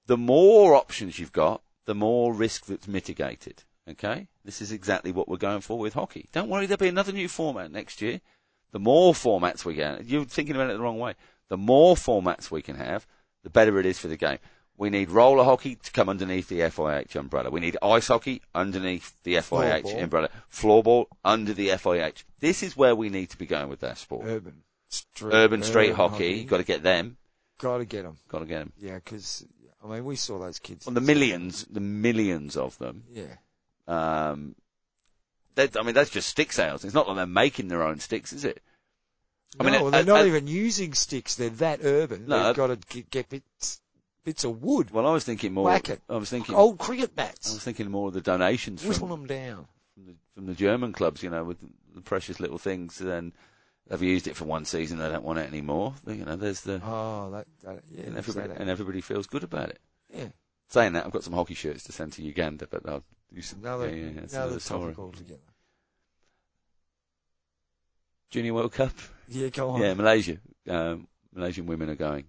[SPEAKER 2] The more options you've got, the more risk that's mitigated. Okay? This is exactly what we're going for with hockey. Don't worry, there'll be another new format next year. The more formats we get, you're thinking about it the wrong way. The more formats we can have, the better it is for the game. We need roller hockey to come underneath the FIH umbrella. We need ice hockey underneath the FIH
[SPEAKER 1] Floorball.
[SPEAKER 2] umbrella. Floorball under the FIH. This is where we need to be going with that sport.
[SPEAKER 1] urban street,
[SPEAKER 2] Urban street hockey, you've got to get them.
[SPEAKER 1] got to get them.
[SPEAKER 2] Got to get them.
[SPEAKER 1] Yeah, because I mean, we saw those kids.
[SPEAKER 2] On the millions, the millions of them.
[SPEAKER 1] Yeah,
[SPEAKER 2] Um, that, I mean, that's just stick sales. It's not like they're making their own sticks, is it? I mean,
[SPEAKER 1] no,
[SPEAKER 2] uh,
[SPEAKER 1] they're not
[SPEAKER 2] uh,
[SPEAKER 1] even using sticks. They're that urban.
[SPEAKER 2] No, uh,
[SPEAKER 1] They've got to get, get bits bits of wood,
[SPEAKER 2] Well, I was thinking more.
[SPEAKER 1] Whack it.
[SPEAKER 2] I was thinking.
[SPEAKER 1] old cricket
[SPEAKER 2] I
[SPEAKER 1] bats,
[SPEAKER 2] was thinking more of the donations from,
[SPEAKER 1] whittle them
[SPEAKER 2] from,
[SPEAKER 1] down.
[SPEAKER 2] the, from the German clubs. You know, with the precious little things. Then they've used it for one season. They don't want it anymore. You know, there's the
[SPEAKER 1] Oh, that, that yeah,
[SPEAKER 2] and,
[SPEAKER 1] that's
[SPEAKER 2] everybody,
[SPEAKER 1] that.
[SPEAKER 2] and everybody feels good about it.
[SPEAKER 1] yeah.
[SPEAKER 2] Saying that, I've got some hockey shirts to send to Uganda, but I'll do some.
[SPEAKER 1] Another,
[SPEAKER 2] yeah, yeah, that's
[SPEAKER 1] another
[SPEAKER 2] another story.
[SPEAKER 1] topic altogether.
[SPEAKER 2] Junior World Cup.
[SPEAKER 1] Yeah, go on.
[SPEAKER 2] Yeah, Malaysia. Um, Malaysian women are going.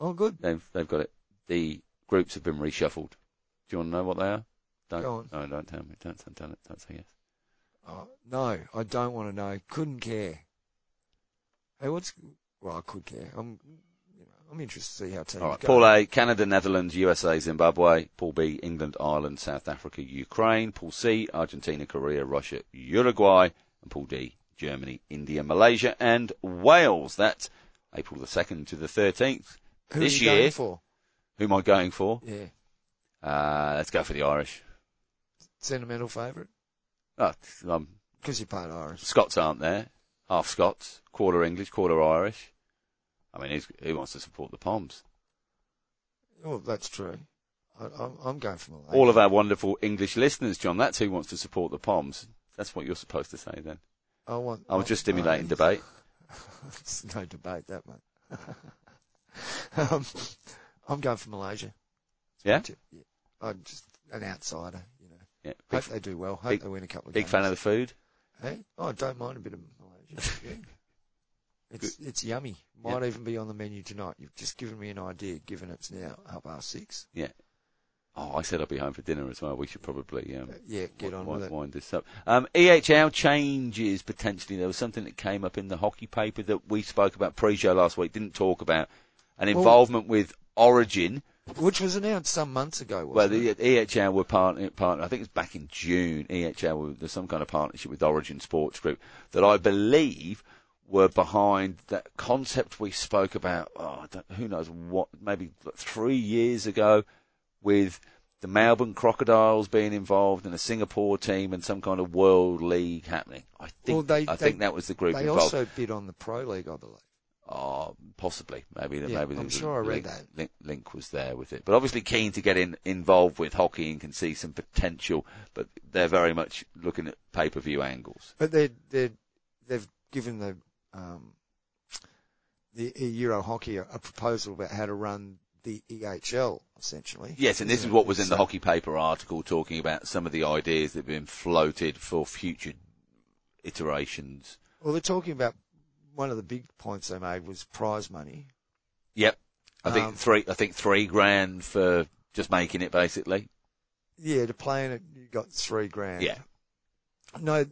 [SPEAKER 1] Oh, good.
[SPEAKER 2] They've they've got it. The groups have been reshuffled. Do you want to know what they are? Don't.
[SPEAKER 1] Go on.
[SPEAKER 2] No, don't tell me. Don't don't tell it. Don't say yes.
[SPEAKER 1] Oh, no, I don't want to know. Couldn't care. Hey, what's? Well, I could care. I'm, you know, I'm interested to see how teams
[SPEAKER 2] All right.
[SPEAKER 1] go.
[SPEAKER 2] Paul uh, A. Canada, Netherlands, USA, Zimbabwe. Paul B. England, Ireland, South Africa, Ukraine. Paul C. Argentina, Korea, Russia, Uruguay, and Paul D. Germany, India, Malaysia, and Wales. That's April the second to the thirteenth.
[SPEAKER 1] Who
[SPEAKER 2] this
[SPEAKER 1] are you
[SPEAKER 2] year-
[SPEAKER 1] going for?
[SPEAKER 2] Who am I going for?
[SPEAKER 1] Yeah,
[SPEAKER 2] Uh, let's go for the Irish.
[SPEAKER 1] sentimental favourite
[SPEAKER 2] Oh, I'm
[SPEAKER 1] because you're part Irish.
[SPEAKER 2] Scots aren't there. Half Scots, quarter English, quarter Irish. I mean, who's, who wants to support the Poms?
[SPEAKER 1] Oh, that's true. I, I'm, I'm going for Malaysia.
[SPEAKER 2] All of our wonderful English listeners, John, that's who wants to support the Poms. That's what you're supposed to say then.
[SPEAKER 1] I want.
[SPEAKER 2] I was just stimulating
[SPEAKER 1] I-
[SPEAKER 2] debate.
[SPEAKER 1] It's no debate that much. um, I'm going for Malaysia.
[SPEAKER 2] Yeah?
[SPEAKER 1] To- yeah, I'm just an outsider, you know.
[SPEAKER 2] Yeah. Big,
[SPEAKER 1] Hope they do well. Hope
[SPEAKER 2] big-
[SPEAKER 1] they win a couple of
[SPEAKER 2] big
[SPEAKER 1] games.
[SPEAKER 2] fan of the food.
[SPEAKER 1] Hey? Oh, I don't mind a bit of Malaysia. Yeah. It's it's yummy. Might even be on the menu tonight. You've just given me an idea. Given it's now half past six.
[SPEAKER 2] Oh, I said I'd be home for dinner as well. We should probably um,
[SPEAKER 1] But Uh, yeah, get on
[SPEAKER 2] wind,
[SPEAKER 1] with it.
[SPEAKER 2] wind this up. Um, EHL changes potentially. There was something that came up in the hockey paper that we spoke about pre-show last week. Didn't talk about an
[SPEAKER 1] Well-
[SPEAKER 2] involvement with Origin.
[SPEAKER 1] Which was announced some months ago. Wasn't
[SPEAKER 2] Well, E
[SPEAKER 1] it?
[SPEAKER 2] the EHL were partner, partner. I think it's back in June. EHL were, there's some kind of partnership with Origin Sports Group that I believe were behind that concept we spoke about. Oh, I don't, who knows what? Maybe like three years ago, with the Melbourne Crocodiles being involved and a Singapore team and some kind of World League happening. I think.
[SPEAKER 1] Well, they- they-
[SPEAKER 2] I think that was the group
[SPEAKER 1] they
[SPEAKER 2] involved.
[SPEAKER 1] also bid on the pro league, I believe.
[SPEAKER 2] Oh, possibly. Maybe
[SPEAKER 1] Yeah,
[SPEAKER 2] maybe
[SPEAKER 1] I'm
[SPEAKER 2] the
[SPEAKER 1] sure I read
[SPEAKER 2] link,
[SPEAKER 1] that.
[SPEAKER 2] Link, link was there with it, but obviously keen to get in, involved with hockey and can see some potential. But they're very much looking at pay-per-view angles.
[SPEAKER 1] But they they they've given the um, the Euro hockey a, a proposal about how to run the EHL essentially.
[SPEAKER 2] Yes, and this
[SPEAKER 1] Isn't
[SPEAKER 2] is
[SPEAKER 1] it?
[SPEAKER 2] what was in the
[SPEAKER 1] So-
[SPEAKER 2] hockey paper article talking about some of the ideas that have been floated for future iterations.
[SPEAKER 1] Well, they're talking about one of the big points they made was prize money.
[SPEAKER 2] Yep, I think
[SPEAKER 1] Um,
[SPEAKER 2] three. I think three grand for just making it, basically.
[SPEAKER 1] Yeah, to play in it, you got three grand.
[SPEAKER 2] Yeah.
[SPEAKER 1] No,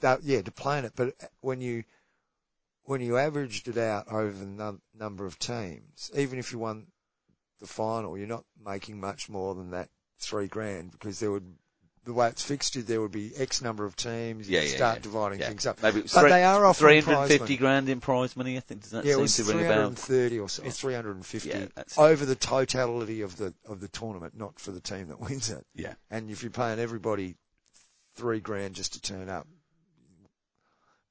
[SPEAKER 1] that yeah, to play in it, but when you when you averaged it out over the num- number of teams, even if you won the final, you're not making much more than that three grand because there would the way it's fixed, there would be X number of teams.
[SPEAKER 2] Yeah,
[SPEAKER 1] you
[SPEAKER 2] yeah,
[SPEAKER 1] start
[SPEAKER 2] yeah.
[SPEAKER 1] dividing
[SPEAKER 2] Yeah.
[SPEAKER 1] things up.
[SPEAKER 2] Maybe it was
[SPEAKER 1] But
[SPEAKER 2] three-
[SPEAKER 1] they are offering prize
[SPEAKER 2] 350
[SPEAKER 1] money.
[SPEAKER 2] grand in prize money. I think does that
[SPEAKER 1] Yeah, it
[SPEAKER 2] seem
[SPEAKER 1] was
[SPEAKER 2] to ring a bell?
[SPEAKER 1] 330 or, so, or 350
[SPEAKER 2] Yeah, that's it.
[SPEAKER 1] over the totality of the of the tournament, not for the team that wins it.
[SPEAKER 2] Yeah.
[SPEAKER 1] And if you're paying everybody three grand just to turn up,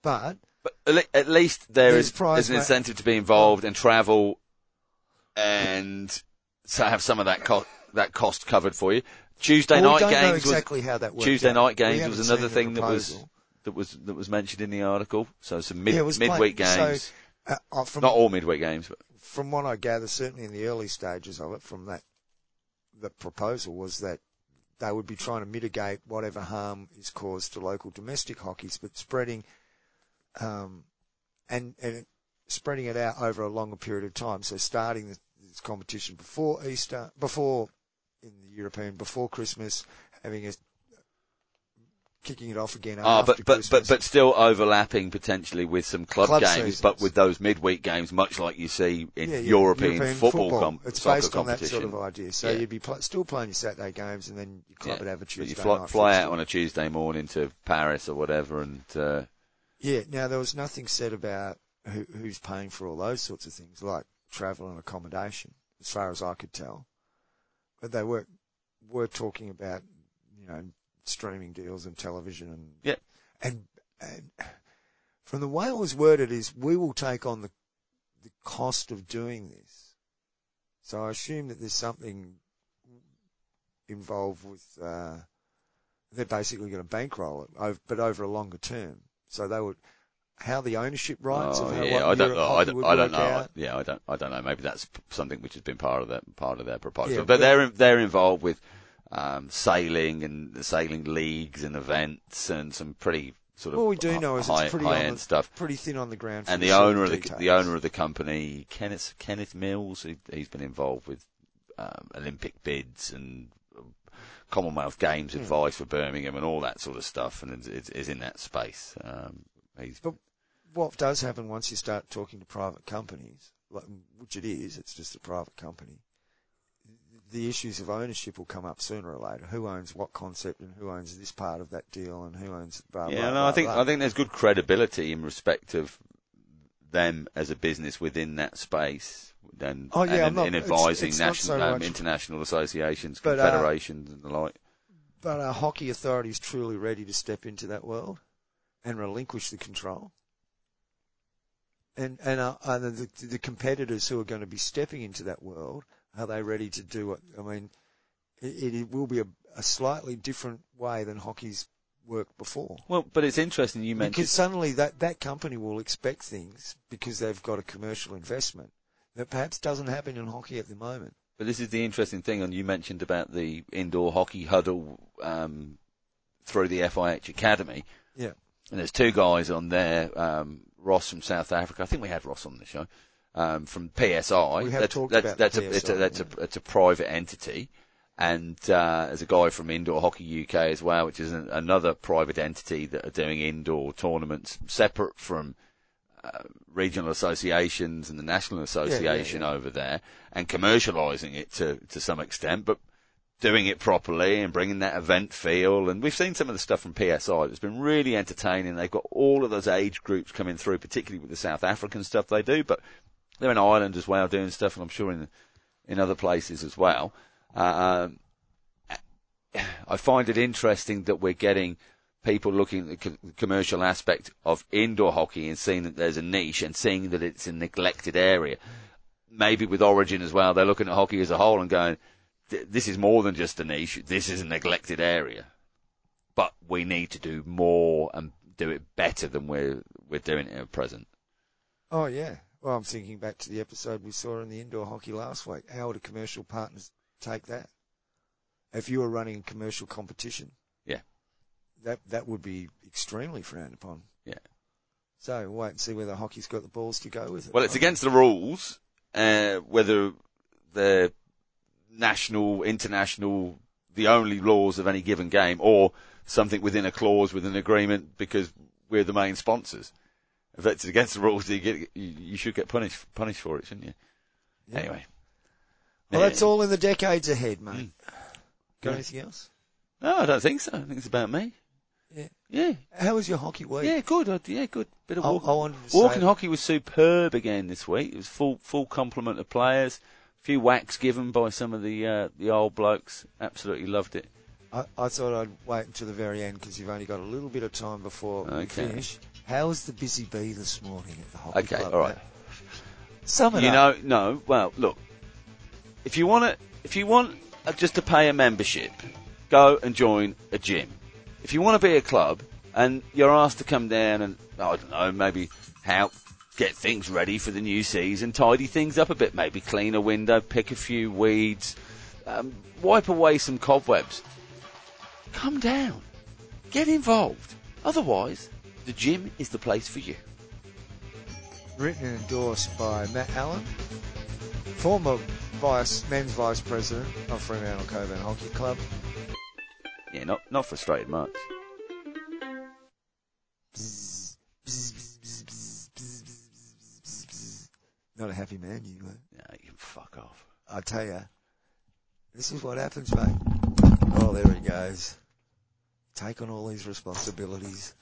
[SPEAKER 1] but
[SPEAKER 2] But at le- at least there
[SPEAKER 1] There's
[SPEAKER 2] is,
[SPEAKER 1] prize
[SPEAKER 2] there's an
[SPEAKER 1] money.
[SPEAKER 2] incentive to be involved and travel, and so have some of that co- that cost covered for you. Tuesday
[SPEAKER 1] well, we
[SPEAKER 2] night
[SPEAKER 1] don't know
[SPEAKER 2] games was
[SPEAKER 1] exactly how that worked.
[SPEAKER 2] Tuesday
[SPEAKER 1] out.
[SPEAKER 2] night
[SPEAKER 1] We
[SPEAKER 2] games
[SPEAKER 1] haven't
[SPEAKER 2] was another
[SPEAKER 1] seen the
[SPEAKER 2] thing that was
[SPEAKER 1] proposal.
[SPEAKER 2] that was that was mentioned in the article. So some mid,
[SPEAKER 1] Yeah, it was play-
[SPEAKER 2] midweek
[SPEAKER 1] so,
[SPEAKER 2] games,
[SPEAKER 1] uh, uh, from
[SPEAKER 2] not all midweek games, but
[SPEAKER 1] from what I gather, certainly in the early stages of it, from that the proposal was that they would be trying to mitigate whatever harm is caused to local domestic hockeys, but spreading um, and and it- spreading it out over a longer period of time. So starting this, this competition before Easter, before in the European, before Christmas, having a kicking it off again
[SPEAKER 2] ah,
[SPEAKER 1] after
[SPEAKER 2] but but,
[SPEAKER 1] Christmas.
[SPEAKER 2] but but still overlapping potentially with some club,
[SPEAKER 1] Club
[SPEAKER 2] games,
[SPEAKER 1] seasons.
[SPEAKER 2] but with those midweek games, much like you see in
[SPEAKER 1] Yeah, yeah,
[SPEAKER 2] European, football, com-
[SPEAKER 1] It's
[SPEAKER 2] soccer
[SPEAKER 1] based on that
[SPEAKER 2] competition.
[SPEAKER 1] sort of idea. So
[SPEAKER 2] Yeah.
[SPEAKER 1] you'd be pl- still playing your Saturday games, and then your club
[SPEAKER 2] Yeah,
[SPEAKER 1] would have a
[SPEAKER 2] But
[SPEAKER 1] Tuesday
[SPEAKER 2] you fly,
[SPEAKER 1] night
[SPEAKER 2] fly
[SPEAKER 1] fixture.
[SPEAKER 2] out on a Tuesday morning to Paris or whatever, and uh,
[SPEAKER 1] Yeah. Now there was nothing said about who, who's paying for all those sorts of things, like travel and accommodation, as far as I could tell. But they were were talking about you know streaming deals and television and
[SPEAKER 2] Yeah.
[SPEAKER 1] and and from the way it was worded is we will take on the the cost of doing this. So I assume that there's something involved with. Uh, they're basically going to bankroll it, ov- but over a longer term. So they would how the ownership rights
[SPEAKER 2] oh,
[SPEAKER 1] of how
[SPEAKER 2] yeah,
[SPEAKER 1] what
[SPEAKER 2] I don't,
[SPEAKER 1] Europe
[SPEAKER 2] know, I
[SPEAKER 1] hockey
[SPEAKER 2] don't,
[SPEAKER 1] would
[SPEAKER 2] I
[SPEAKER 1] work
[SPEAKER 2] don't know.
[SPEAKER 1] out.
[SPEAKER 2] Yeah, I don't, I don't know. Maybe that's p- something which has been part of that part of their proposal.
[SPEAKER 1] Yeah,
[SPEAKER 2] but,
[SPEAKER 1] but-
[SPEAKER 2] they're they're involved with um, sailing and the sailing leagues and events and some pretty sort of
[SPEAKER 1] All we do
[SPEAKER 2] hi-
[SPEAKER 1] know is
[SPEAKER 2] high,
[SPEAKER 1] it's pretty
[SPEAKER 2] high
[SPEAKER 1] on
[SPEAKER 2] end
[SPEAKER 1] the-
[SPEAKER 2] stuff.
[SPEAKER 1] Pretty thin on the ground. For
[SPEAKER 2] And the
[SPEAKER 1] sort
[SPEAKER 2] owner of the
[SPEAKER 1] details.
[SPEAKER 2] the owner of the company, Kenneth Kenneth Mills, he, he's been involved with um, Olympic bids and Commonwealth Games
[SPEAKER 1] Hmm.
[SPEAKER 2] advice for Birmingham and all that sort of stuff, and is- is, is in that space. Um, he's
[SPEAKER 1] But- what does happen once you start talking to private companies, like, which it is, it's just a private company, the issues of ownership will come up sooner or later. Who owns what concept and who owns this part of that deal and who owns blah, blah,
[SPEAKER 2] Yeah, no,
[SPEAKER 1] blah,
[SPEAKER 2] I think
[SPEAKER 1] blah.
[SPEAKER 2] I think there's good credibility in respect of them as a business within that space, and,
[SPEAKER 1] Oh, yeah,
[SPEAKER 2] and
[SPEAKER 1] I'm
[SPEAKER 2] in,
[SPEAKER 1] not-
[SPEAKER 2] in
[SPEAKER 1] it's-
[SPEAKER 2] advising
[SPEAKER 1] it's not
[SPEAKER 2] national,
[SPEAKER 1] so
[SPEAKER 2] um,
[SPEAKER 1] much-
[SPEAKER 2] international associations,
[SPEAKER 1] But, uh,
[SPEAKER 2] confederations, and the like.
[SPEAKER 1] But are hockey authorities truly ready to step into that world and relinquish the control? And and are, are the, the competitors who are going to be stepping into that world are they ready to do it? I mean, it, it will be a, a slightly different way than hockey's worked before.
[SPEAKER 2] Well, but it's interesting you mentioned.
[SPEAKER 1] Because suddenly that, that company will expect things because they've got a commercial investment that perhaps doesn't happen in hockey at the moment.
[SPEAKER 2] But this is the interesting thing, and you mentioned about the indoor hockey huddle um, through the FIH Academy.
[SPEAKER 1] Yeah.
[SPEAKER 2] And there's two guys on there, um, Ross from South Africa. I think we had Ross on the show. Um, from PSI.
[SPEAKER 1] We have
[SPEAKER 2] that's,
[SPEAKER 1] talked
[SPEAKER 2] that's,
[SPEAKER 1] about
[SPEAKER 2] that's a,
[SPEAKER 1] PSI,
[SPEAKER 2] it's a, that's a, it's a private entity. And, uh, there's a guy from Indoor Hockey UK as well, which is an, another private entity that are doing indoor tournaments separate from, uh, regional associations and the national association over there and commercializing it to, to some extent, but doing it properly and bringing that event feel. And we've seen some of the stuff from PSI that's been really entertaining. They've got all of those age groups coming through, particularly with the South African stuff they do, but they're in Ireland as well doing stuff, and I'm sure in in other places as well. Um, uh, I find it interesting that we're getting people looking at the co- the commercial aspect of indoor hockey and seeing that there's a niche and seeing that it's a neglected area. Maybe with Origin as well, they're looking at hockey as a whole and going, "Th- this is more than just a niche. This is a neglected area, but we need to do more and do it better than we're we're doing it at present.
[SPEAKER 1] Oh yeah. Well, I'm thinking back to the episode we saw in the indoor hockey last week. How would a commercial partners take that? If you were running a commercial competition,
[SPEAKER 2] Yeah.
[SPEAKER 1] that that would be extremely frowned upon.
[SPEAKER 2] Yeah.
[SPEAKER 1] So we'll wait and see whether hockey's got the balls to go with it.
[SPEAKER 2] Well, it's
[SPEAKER 1] right?
[SPEAKER 2] against the rules. Uh, whether the national, international, the only laws of any given game, or something within a clause within an agreement because we're the main sponsors. If it's against the rules, you get you, you should get punished punished for it, shouldn't you?
[SPEAKER 1] Yeah.
[SPEAKER 2] Anyway,
[SPEAKER 1] Well,
[SPEAKER 2] Yeah. Mm.
[SPEAKER 1] that's all in the decades ahead, mate. Got
[SPEAKER 2] Yeah.
[SPEAKER 1] anything else?
[SPEAKER 2] No, I don't think so. I think it's about me.
[SPEAKER 1] Yeah.
[SPEAKER 2] Yeah,
[SPEAKER 1] How was your hockey week?
[SPEAKER 2] yeah, good. I- Yeah, good. Bit of
[SPEAKER 1] I, I
[SPEAKER 2] walking.
[SPEAKER 1] wanted to
[SPEAKER 2] Walking
[SPEAKER 1] say,
[SPEAKER 2] hockey was superb again this week. It was full full complement of players. A few whacks given by some of the uh, the old blokes. Absolutely loved it.
[SPEAKER 1] I, I thought I'd wait until the very end because you've only got a little bit of time before we
[SPEAKER 2] Okay.
[SPEAKER 1] finish. How was the busy bee this morning at the hockey
[SPEAKER 2] Okay,
[SPEAKER 1] club?
[SPEAKER 2] all right.
[SPEAKER 1] Sum it
[SPEAKER 2] You
[SPEAKER 1] up.
[SPEAKER 2] know, no. Well, look. If you want to, if you want uh, just to pay a membership, go and join a gym. If you want to be a club and you're asked to come down and I don't know, maybe help get things ready for the new season, tidy things up a bit, maybe clean a window, pick a few weeds, um, wipe away some cobwebs. Come down, get involved. Otherwise, the gym is the place for you.
[SPEAKER 1] written and endorsed by Matt Allen, former vice men's vice president of Fremantle Coburn Hockey Club.
[SPEAKER 2] Yeah, not not frustrated much.
[SPEAKER 1] Not a happy man, you. Mate.
[SPEAKER 2] No, you can fuck off.
[SPEAKER 1] I tell you, this is what happens, mate. Oh, there he goes. Take on all these responsibilities.